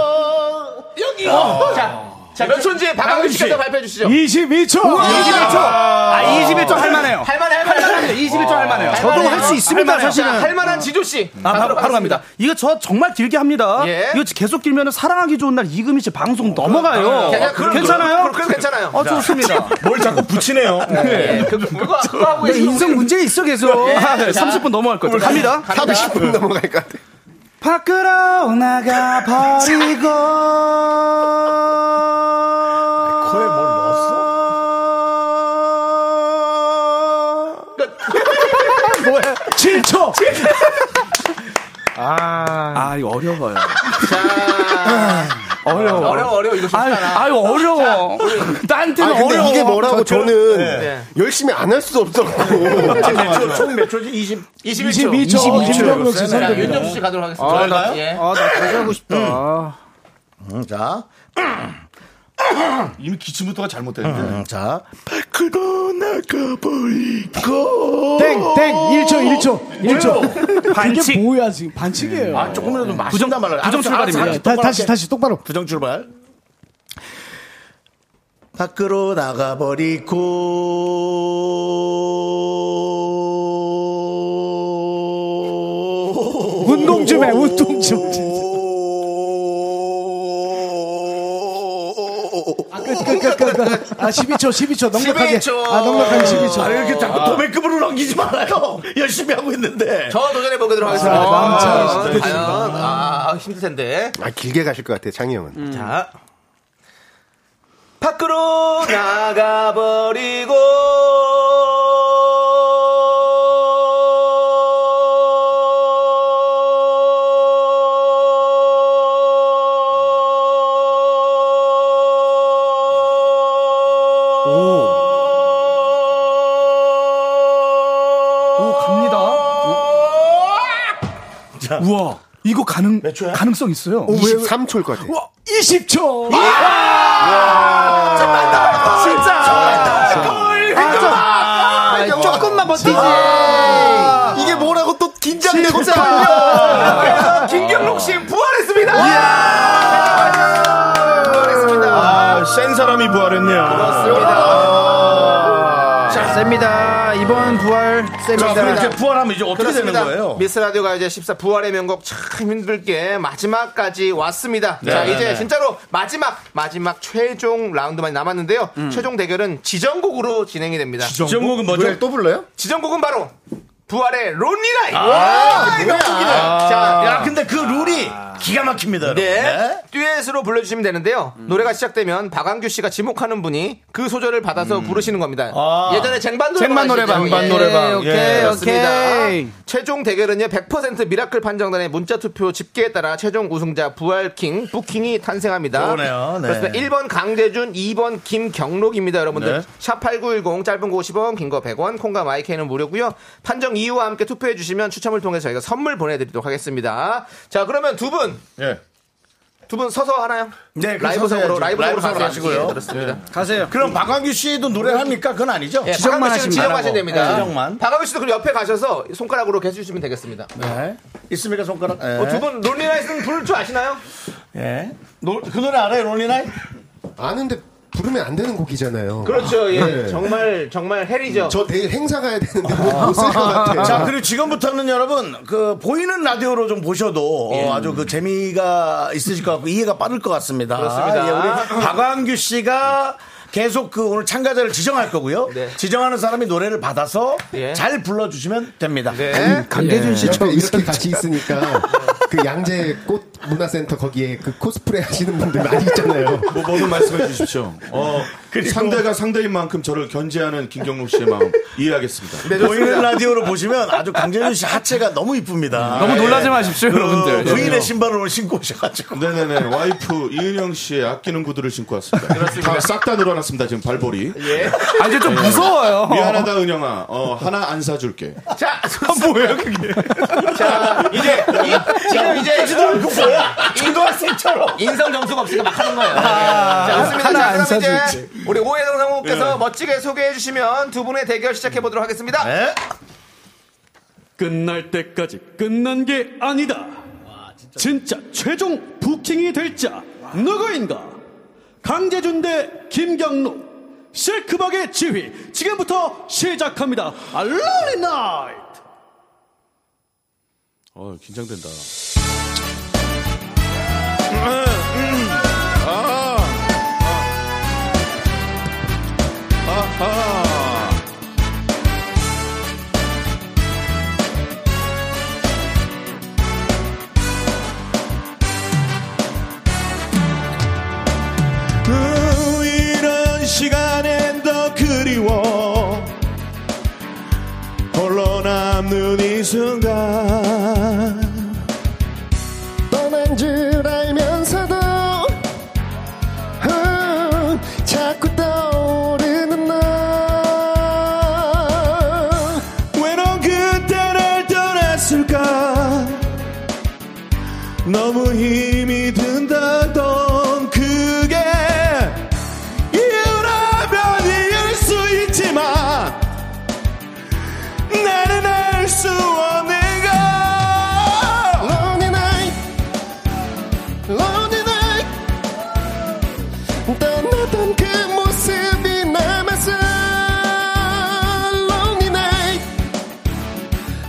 여기! 어. 자, 자, 몇 초인지 박강규 씨께서 발표해 주시죠. 22초. 우와. 21초. 아, 21초 할 만해요. 할만해, 할만해. 21초 할 만해요. 저도 할수 있습니다, 사실은. 할만한 지조 씨. 아, 바로, 바로 갑니다. 이거 저 정말 길게 합니다. 예. 이거 계속 길면 사랑하기 좋은 날 이금희 씨 방송 넘어가요. 그럼, 그럼, 괜찮아요? 그럼, 그럼 괜찮아요. 어, 자. 좋습니다. 뭘 자꾸 붙이네요. 네. 그, 그거, 그거 하고 내 계시는 인성 문제 있어 계속. 예. 아, 네. 자. 30분 넘어갈 거예요. 갑니다. 갑니다. 갑니다. 30분 넘어갈 것 같아. 밖으로 나가버리고 코에 뭘 넣었어? 뭐야? 7초. 아, 이거 어려워요. 어려워. 어려워, 어려워. 이거 쉽지 않아. 아유, 어려워. 아, 나한테는 근데 어려워. 이게 뭐라고 저- 저는 네, 네. 열심히 안 할 수 없더라고. 총몇 초지? 20, 21초. 네, 김경록 씨 자, 선택입니다. 윤정수 씨 가도록 하겠습니다. 아, 나요? 예. 어. 아, 나 가져가고 싶다. 음. 음, 자. 이미 기침부터가 잘못됐는데. 음, 자. 밖으로 나가버리고. 땡, 땡. 1초, 1초. 뭐예요? 1초. 반칙. 이게 뭐야, 지금. 반칙이에요. 아, 조금이라도 맛있단 부정- 말이야. 부정 알았어, 출발입니다. 알았어, 알았어. 다- 똑바로 다시, 할게. 다시, 똑바로. 부정 출발. 밖으로 나가버리고. 운동 좀 해, 운동 좀. 아, 끝, 끝, 끝, 끝, 끝. 아, 12초, 12초. 넉넉하게. 12초. 아, 넉넉하게 12초. 아, 이렇게 자꾸 도배급으로 넘기지 말아요. 열심히 하고 있는데. 저 도전해 보도록 하겠습니다. 아, 남자 아, 진짜 과연, 아, 힘들 텐데. 아, 길게 가실 것 같아요, 창희 형은. 자. 밖으로 나가버리고. 오, 갑니다. 우와. 이거 가능, 가능성 있어요. 23초일 것 같아요. 20초. 아, 아, 조금만 버티지. 이게 뭐라고 또 긴장되고 아, 아. 진짜. 떨려. 김경록 씨 부활했습니다. 아, 센 사람이 부활했네요. 자, 셉니다. 이번 부활 셉니다. 부활하면 아. 이제 어떻게 그렇습니다. 되는 거예요? 미스 라디오 가요제 14 부활의 명곡 참 힘들게 마지막까지 왔습니다. 네, 자, 네, 이제 네. 진짜로 마지막, 마지막 최종 라운드만 남았는데요. 최종 대결은 지정곡으로 진행이 됩니다. 음. 지정곡은 뭐죠? 왜, 또 불러요? 지정곡은 바로 부활의 론리라이. 아, 와, 이거 명곡이네. 자, 자, 야, 근데 그 룰이 기가 막힙니다. 여러분. 네. 네. 음. 듀엣으로 불러주시면 되는데요. 노래가 시작되면 박완규 씨가 지목하는 분이 그 소절을 받아서 부르시는 겁니다. 음. 아. 예전에 쟁반 노래방. 쟁반 노래방, 아시죠? 쟁반 예, 노래방. 오케이, 예. 오케이. 최종 대결은요, 100% 미라클 판정단의 문자 투표 집계에 따라 최종 우승자 부활킹, 부킹이 탄생합니다. 그러네요. 네. 그렇습니다. 1번 강재준, 2번 김경록입니다, 여러분들. 네. 샵8910, 짧은 거 50원, 긴 거 100원, 콩과 마이크는 무료고요 판정 이유와 함께 투표해주시면 추첨을 통해서 저희가 선물 보내드리도록 하겠습니다. 자, 그러면 두 분. 예. 두 분 서서 하나요? 네, 라이브석으로 라이브석으로 라이브석으로 하시고요. 네. 예, 그렇습니다. 가세요. 네. 그럼 박광규 씨도 노래를 합니까? 그건 아니죠. 네, 예, 박아민 씨는 지정하시면 됩니다. 지정만. 박아민 씨도 그럼 옆에 가셔서 손가락으로 이렇게 해주시면 되겠습니다. 네. 있습니까 손가락? 예. 어, 두분 론리나이스는 부를 줄 아시나요? 예. 노- 그 노래 알아요, 롤리나이? 아는데 부르면 안 되는 곡이잖아요. 그렇죠. 예. 네. 정말 정말 해리죠. 저 내일 행사 가야 되는데 못쓸것 같아요. 자, 그리고 지금부터는 여러분, 그, 보이는 라디오로 좀 보셔도 예. 어, 아주 그 재미가 있으실 것 같고 이해가 빠를 것 같습니다. 그렇습니다. 예, 우리 박광규 씨가 계속 그 오늘 참가자를 지정할 거고요. 네. 지정하는 사람이 노래를 받아서 예. 잘 불러주시면 됩니다. 네. 예. 옆에 이렇게 같이 있으니까 그 양재 꽃 문화센터 거기에 그 코스프레 하시는 분들 네. 많이 있잖아요. 뭐 뭐든 말씀해 주십시오. 어, 그리고- 상대가 상대인 만큼 저를 견제하는 김경록 씨의 마음 이해하겠습니다. 네, 보이는 라디오로 보시면 아주 강재준 씨 하체가 너무 이쁩니다. 예. 너무 놀라지 마십시오, 그 여러분들. 부인의 아, 예. 그럼요. 신발을 오늘 신고 오셔가지고. 네네네 와이프 이은영 씨의 아끼는 구두를 신고 왔습니다. 싹 다 늘어났습니다 지금 발볼이. 예. 아 이제 좀 무서워요. 미안하다 은영아. 어 하나 안 사줄게. 자, 뭐예요 그게? 자, 이제 이, 지금 이제 지도는 그 뭐야? 인도학생처럼 인성 점수가 없으니까 막 하는 거예요. 자, 좋습니다. 하나 자, 안 그럼 이제 사줄지. 우리 오해성 상무께서 예. 네. 멋지게 소개해 주시면 두 분의 대결 시작해 보도록 하겠습니다. 끝날 때까지 끝난 게 아니다. 진짜. 최종 부킹이 될 자 누구인가? 강재준 대 김경록. 실크박의 지휘 지금부터 시작합니다. 알로니 나이트. 어 긴장된다. 아, 아, 아하. 우, 이런 시간엔 더 그리워 홀로 남는 이 순간 떠난 줄 알면서도 아, 자꾸 떠오르는 너 왜 넌 그때를 떠났을까 너무 힘이 든다던 그게 이유라면 이을 수 있지만 나는 알 수 없는 걸 Lonely night Lonely night 떠났던 그 모습이 남았어 Lonely night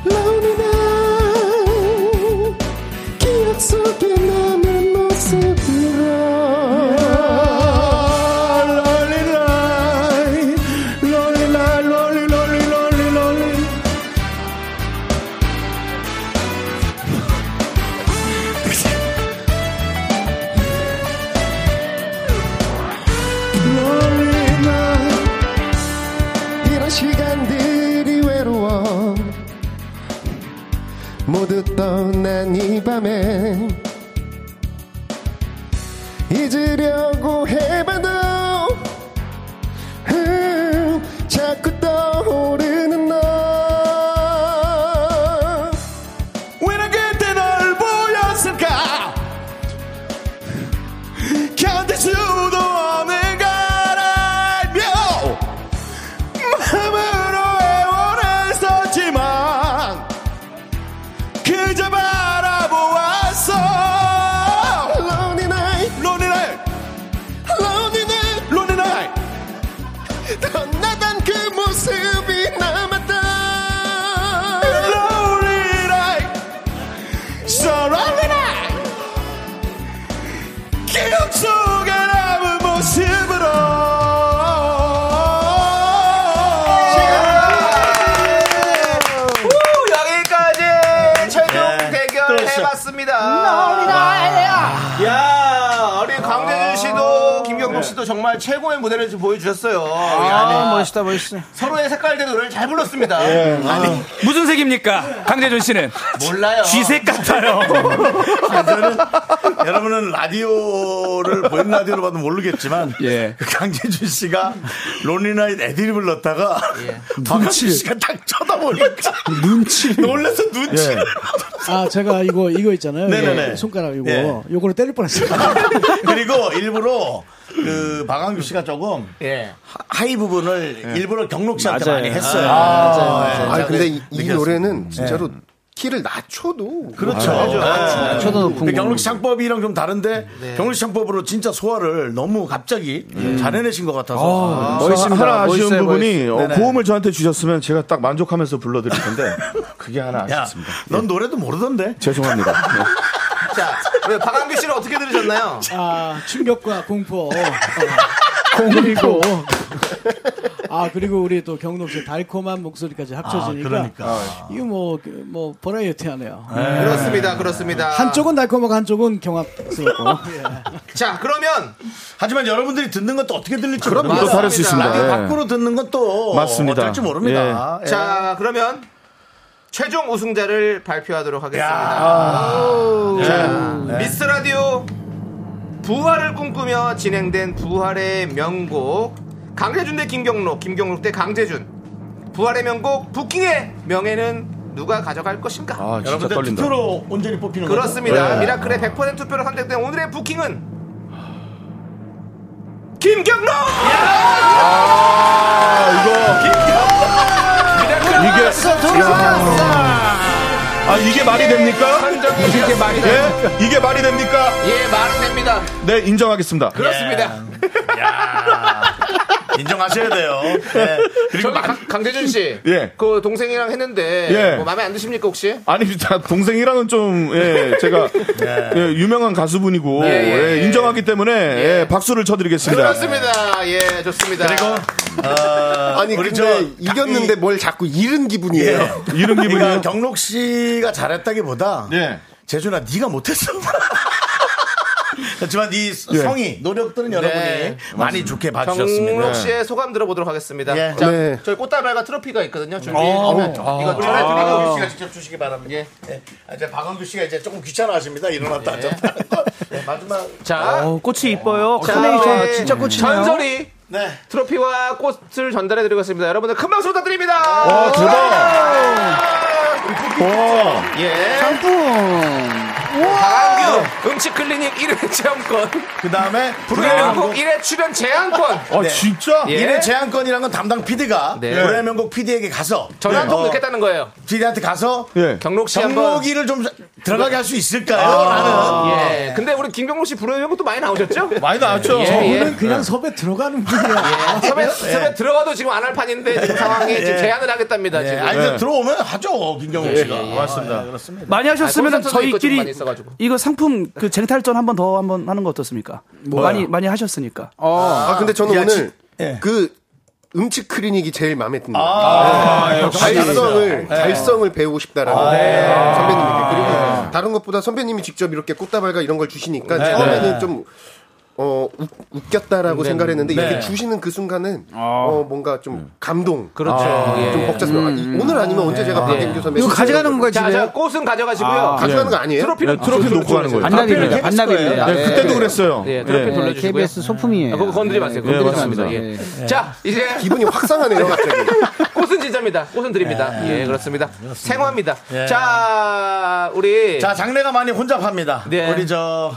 Lonely night 기억 속에 남은 모습으로 Lonely night Lonely night Lonely lonely lonely lonely Lonely night 이런 시간들이 외로워 모두 떠난 이 밤에 잊으려고 해봐도 음, 자꾸 떠오르는 너 왜난 그때 널 보였을까 견딜 수도 없는 걸 알며 마음으로 애원했었지만 그저 바라보았어 Lonely night Lonely night Lonely night Lonely night 떠나간 그 모습이 남았다 Lonely night So lonely night 기억 속에 남은 모습으로 우, 여기까지 최종 대결 그렇죠. 해봤습니다. 아, 야, 우리 강재준 씨도 김경록 씨도 정말 최고의 무대를 지금 보여주셨어요. 야, 멋있다, 멋있어. 서로의 색깔대 노래를 잘 불렀습니다. 예. 아니, 무슨 색입니까? 강재준 씨는 몰라요. 쥐색 같아요. 여러분은 라디오를 보이는 라디오로 봐도 모르겠지만 예. 그 강재준 씨가 론리나잇 애드립을 넣다가 예. 박학수 씨가 딱 쳐다보니까 눈치 놀라서 눈치를 예. 아 제가 이거 이거 있잖아요. 네네네. 예, 손가락 이거 예. 요거를 때릴 뻔했어요. 아, 그리고 일부러 그 박한규 씨가 조금 예. 하- 하이 부분을 일부러 경록 씨한테 예. 맞아요. 많이 했어요. 아, 맞아요, 예. 맞아요. 아니, 근데 이- 이 느꼈습니다. 노래는 진짜로 예. 키를 낮춰도 아, 그렇죠. 낮춰도 아, 근데 경록 씨 창법이랑 좀 다른데 경록 씨 창법으로 진짜 소화를 너무 갑자기 잘해내신 것 같아서 아, 하나 아쉬운 부분이 어, 네네. 고음을 저한테 주셨으면 제가 딱 만족하면서 불러드릴 텐데 그게 하나 야, 아쉽습니다. 넌 노래도 모르던데? 죄송합니다. 네. 예. 자, 왜 박한규 씨는 어떻게 들으셨나요? 아 충격과 공포 어, 그리고 아 그리고 우리 또 경록 씨 달콤한 목소리까지 합쳐지니까 아, 그러니까. 이거 뭐뭐 버라이어티하네요. 그렇습니다, 그렇습니다. 한쪽은 달콤하고 한쪽은 경악스럽고. 자, 그러면 하지만 여러분들이 듣는 것도 어떻게 들릴지 그럼요. 모르고 또 다를 수 있습니다. 라디오 예. 밖으로 듣는 것도 맞습니다. 어떨지 모릅니다. 예. 자, 그러면 최종 우승자를 발표하도록 하겠습니다. 야. 오. 예. 자, 네. 예. 미스 라디오 부활을 꿈꾸며 진행된 부활의 명곡 강재준 대 김경록, 김경록 대 강재준 부활의 명곡 부킹의 명예는 누가 가져갈 것인가? 아, 진짜 여러분들 떨린다. 네. 투표로 온전히 뽑히는 거죠? 그렇습니다. 예. 미라클의 100% 투표로 선택된 오늘의 부킹은 김경록! 아, 이거 이게 야. 아 이게 말이 됩니까? 예. 이게 말이 됩니까? 예? 이게 말이 됩니까? 예, 말은 됩니다. 네 인정하겠습니다. 예. 그렇습니다. 인정하셔야 돼요. 예. 그리고 네. 강재준 씨, 예. 그 동생이랑 했는데 예. 뭐 마음에 안 드십니까 혹시? 아니 다 동생이랑은 좀 예, 제가 예, 유명한 가수분이고 네. 예, 예, 예, 예. 인정하기 때문에 예, 박수를 쳐드리겠습니다. 그렇습니다. 예, 좋습니다. 그리고 어, 아니 우리 근데 저 이겼는데 뭘 자꾸 잃은 기분이에요. 네. 예. 그러니까 경록 씨가 잘했다기보다 재준아 네가 못했어. 그렇지만 네 예. 성의 노력들은 여러분이 많이 좋게 봐주셨습니다. 예. 네. 정록 씨의 소감 들어보도록 하겠습니다. 예. 자, 네. 저희 꽃다발과 트로피가 있거든요. 준비. 아. 어, 아. 어, 이거 우리 박원규 씨가 전해드리고 직접 주시기 바랍니다. 예. 아, 이제 박원규 씨가 이제 조금 귀찮아하십니다. 일어났다 앉았다. 예, 마지막 자, 어, 꽃이 어, 이뻐요. 자, 카네이션 우리 음. 진짜 꽃이네요. 전설이 네. 트로피와 꽃을 전달해드리겠습니다. 여러분들 큰 박수 부탁드립니다. 아. 와, 대박. 와. 예. 상품. 강규 음식 클리닉 1회 체험권. 그 다음에 불의 명곡 1회 출연 제한권. 네. 예. 이래 제한권이란 건 담당 PD가 네. 노래 명곡 PD에게 가서 전화 한통 어, 넣겠다는 거예요. PD한테 가서 예. 경록 씨 한번 네. 정목이를 좀 들어가게 할 수 있을까요? 라는. 예. 근데 우리 김경록 씨 불의 명곡도 많이 나오셨죠? 예, 아, 많이 나왔죠. 저는 그냥 섭외 들어가는 분이야. 섭외, 섭외 들어가도 지금 안 할 판인데 지금 상황이 예. 지금 제안을 하겠답니다. 지금. 아니 이제 들어오면 하죠 김경호 예, 씨가 예, 예. 맞습니다. 네. 그렇습니다. 예. 많이 하셨으면 아니, 콘서트도 있고 좀 많이 저희끼리 있어가지고. 이거 상품 그 쟁탈전 한 번 더 한 번 하는 거 어떻습니까? 뭐야? 많이 많이 하셨으니까. 어. 아, 근데 저는 야, 오늘 진- 그 음치 클리닉이 제일 마음에 듭니다. 아, 네. 역시. 발성을 네. 발성을 배우고 싶다라는 아, 네. 선배님께 그리고 다른 것보다 선배님이 직접 이렇게 꽃다발과 이런 걸 주시니까 네. 처음에는 네. 좀 어, 웃, 웃겼다라고 네. 생각했는데 네. 이렇게 주시는 그 순간은 아. 어, 뭔가 좀 감동, 그렇죠. 예. 네. 좀 벅찼어요. 아, 이- 오늘 아니면 언제 제가 박인규 선배 자, 자, 꽃은 가져가시고요. 아, 가져가는 거 아니에요? 트로피는 네, 트로피 주- 놓고 가는 거예요. 트로피는 반납입니다. KBS 반납입니다. 거예요. 네, 그때도 그랬어요. 예, 트로피 네. 돌려주시고요. KBS 소품이에요. 아, 그거 건드리지 마세요. 그거 건드리지 네, 마세요. 네. 예. 자, 이제 기분이 확상하네요, 갑자기. 꽃은 진짜입니다. 꽃은 드립니다. 예, 그렇습니다. 생화입니다. 예. 자, 우리 자 장래가 많이 혼잡합니다. 네. 우리 저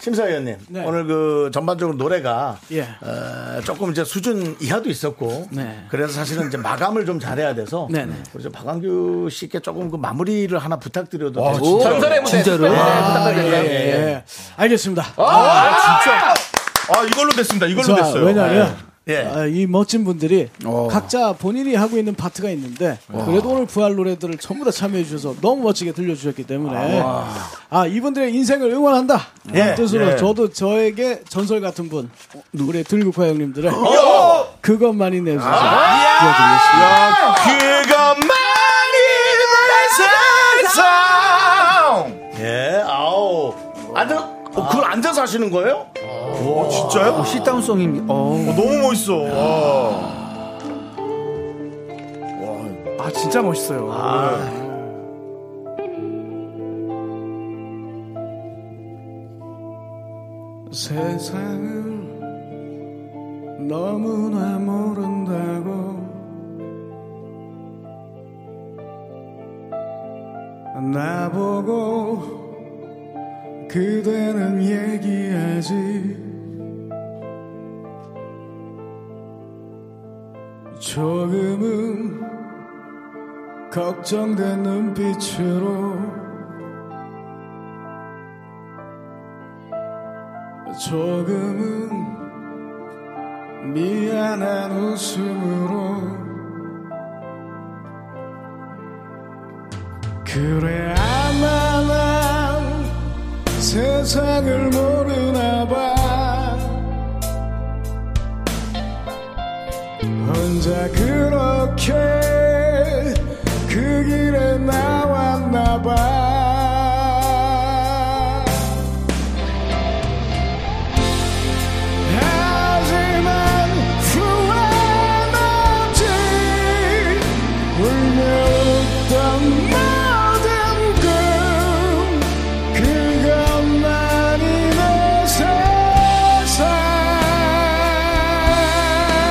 심사위원님 오늘 그 전반적으로 노래가 예. 어, 조금 이제 수준 이하도 있었고 네. 그래서 사실은 이제 마감을 좀 잘해야 돼서 네, 네. 우리 저 박완규 씨께 조금 그 마무리를 하나 부탁드려도 와, 될까요? 진짜로? 전설의 무대, 진짜로? 네, 아, 예, 부탁드릴게요. 예, 예. 예. 알겠습니다. 어? 진짜. 아, 이걸로 됐습니다. 이걸로 자, 됐어요. 왜냐하면 예. 예. 아, 이 멋진 분들이 각자 본인이 하고 있는 파트가 있는데 와. 그래도 오늘 부활 노래들을 전부 다 참여해 주셔서 너무 멋지게 들려주셨기 때문에 와. 아 이분들의 인생을 응원한다 예, 그런 뜻으로 예. 저도 저에게 전설 같은 분 우리 들국화 형님들의 어. 그것만이 아. 내 소식 야, 그가 많이 예, 아우. 아주, 어, 그걸 앉아서 하시는 거예요? 와, 진짜요? 시다운송이 너무 어, 멋있어. 와. 아 진짜 멋있어요. 네. 세상을 너무나 모른다고 나보고 그대는 얘기하지 조금은 걱정된 눈빛으로 조금은 미안한 웃음으로 그래 아마 난 세상을 모르나 봐 혼자 그렇게 그 길에 나왔나 봐 하지만 후회는 없지 울며 웃던 모든 꿈 그것만이 내 세상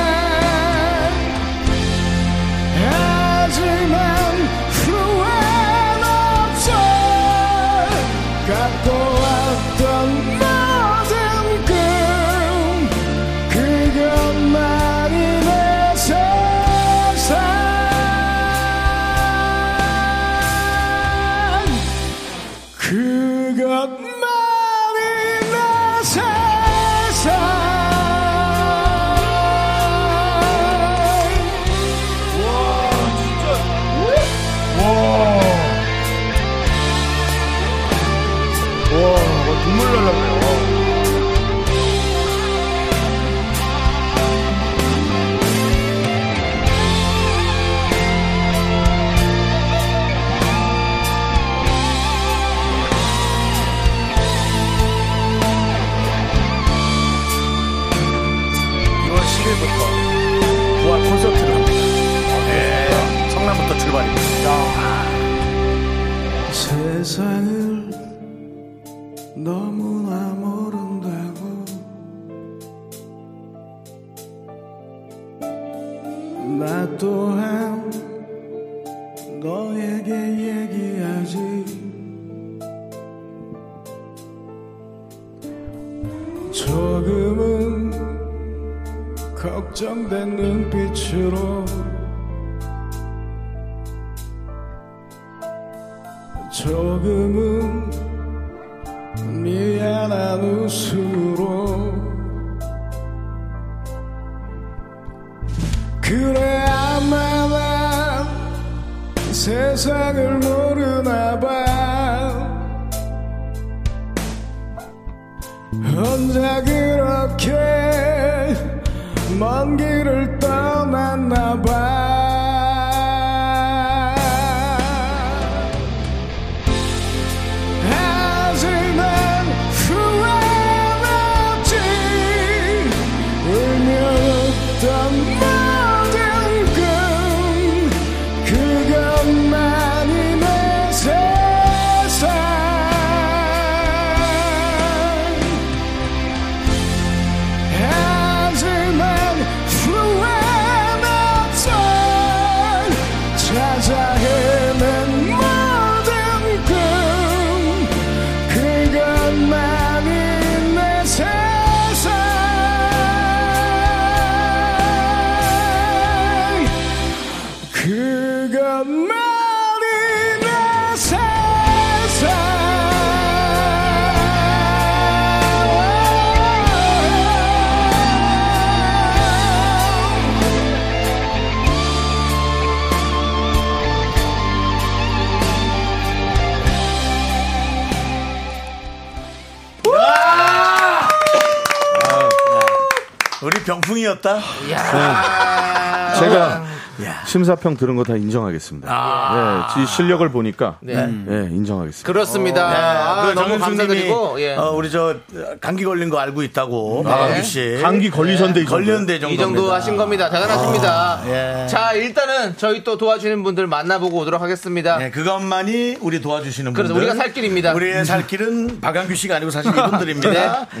하지만 후회는 없어 갖고 왔던 모든 꿈 그것만이 내 세상 그것만이 내 세상 와, 눈물 날라네요. 부활 콘서트를 합니다. 네. 성남부터 출발입니다. 아. 세상을 너무나 모른다고 나 또한 너에게 얘기하지 조금은 걱정된 눈빛으로 조금은 미안한 웃음으로 그래 아마 난 세상을 모르나 봐 혼자 그렇게 먼 길을 떠났나 봐 하지만 후회는 없지 울며 웃던 모든 꿈 그것만이 내 세상 하지만 후회는 없어 찾아 헤맨 모든 꿈 그것만이 내 세상 그것만이 내 세상 우리 병풍이었다. 네. 아. 제가 심사평 들은 거 다 인정하겠습니다. 아. 예, 지 실력을 보니까 네. 예, 인정하겠습니다. 그렇습니다. 아, 그 너무 정은숙 감사드리고, 님이, 예. 어, 우리 저 감기 걸린 거 알고 있다고 아, 네. 박광규 어? 씨. 감기 걸리셨는데 이 정도. 걸렸는데 이 정도 하신 겁니다. 대단하십니다. 아, 예. 자, 일단은 저희 또 도와주는 분들 만나보고 오도록 하겠습니다. 네, 그것만이 우리 도와주시는 그래서 분들. 우리가 살 길입니다. 우리의 살 길은 박광규 씨가 아니고 사실 이분들입니다.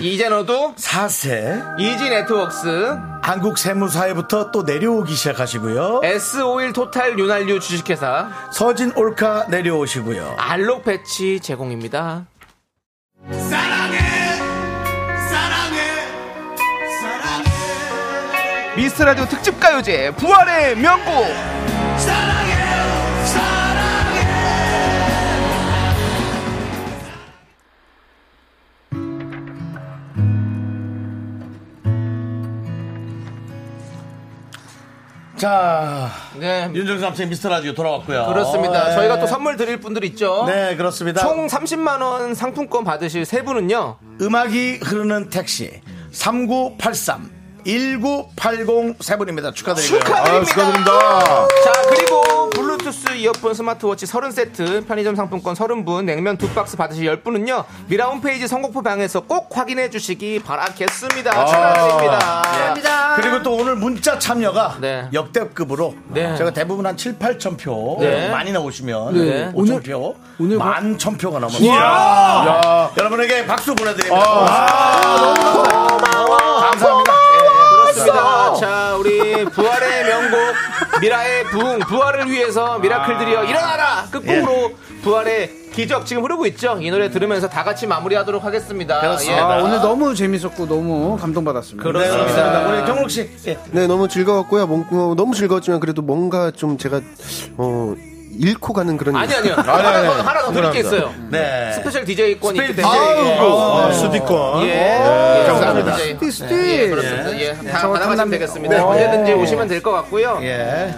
네. 이제 너도 사세 이지 네트웍스 아, 한국 세무사회부터 또 내려오기 시작하시고요. S51 토탈 윤활유 주식회사 아, 서진 올카 내려오시고요. 알록 패치 제공입니다. 미스터 라디오 특집 가요제 부활의 명곡 자, 네. 윤정수 남친 미스터 라디오 돌아왔고요. 그렇습니다. 네. 저희가 또 선물 드릴 분들 있죠. 네, 그렇습니다. 어? 총 30만 원 상품권 받으실 세 분은요. 음악이 흐르는 택시 3983 1980 세 분입니다. 축하드리고요. 아, 축하드립니다. 축하드립니다. 자, 그리고 블루투스 이어폰 스마트워치 30세트, 편의점 상품권 30분, 냉면 두 박스 받으실 10분은요. 미라 홈페이지 선곡표 방에서 꼭 확인해 주시기 바라겠습니다. 축하드립니다. 그리고 또 오늘 문자 참여가 아, 네. 역대급으로 네. 제가 대부분 한 7, 8천 표 네. 어, 많이 나오시면 뭐 네. 5천 표, 뭐 만 천 표가 넘었어요. 이야. 여러분에게 박수 보내드립니다. 아, 감사합니다. 예, 그렇습니다. 자, 우리 부활의 명곡 미라의 부흥 부활을 위해서 미라클들이여 일어나라 끝곡으로 부활의 기적 지금 흐르고 있죠. 이 노래 들으면서 다 같이 마무리하도록 하겠습니다. 예. 아, 오늘 너무 재밌었고 너무 감동받았습니다. 그렇습니다. 우리 정록 씨. 예. 네, 너무 즐거웠고요. 뭔- 어, 너무 즐거웠지만 그래도 뭔가 좀 제가 어 잃고 가는 그런 아니 아니요. 아니, 하나 아니, 더 아니. 하나 더 드릴 게 있어요. 네. 스페셜 DJ권이 있기 네. 스페셜 때문에. DJ. 아이고, 예. 수디권. 예. 네, 예, 감사합니다. DJ. 수디, 수디. 예, 그렇습니다. 예. 예. 다 저거 받아가시면 탐남- 되겠습니다. 오. 언제든지 예. 오시면 될 것 같고요.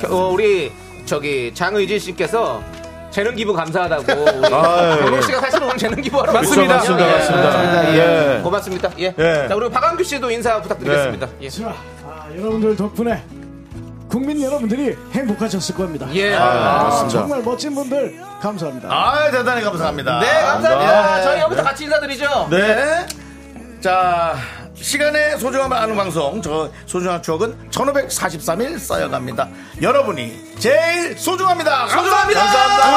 겨- 어, 우리 저기 장의진 씨께서 재능 기부 감사하다고. 아유. 우리 씨가 사실 오늘 재능 기부하러 맞습니다. 왔거든요. 맞습니다. 예. 맞습니다. 맞습니다. 예. 예. 고맙습니다. 예. 예. 자, 그리고 박광규 씨도 인사 부탁드리겠습니다. 예. 아, 여러분들 덕분에 국민 여러분들이 행복하셨을 겁니다. 예. 아, 맞습니다. 정말 멋진 분들 감사합니다. 아, 대단히 감사합니다. 네, 감사합니다. 네. 저희 여기서 같이 인사드리죠. 네. 자, 시간의 소중함을 아는 방송. 저 소중한 추억은 1543일 쌓여갑니다. 여러분이 제일 소중합니다. 감사합니다. 감사합니다.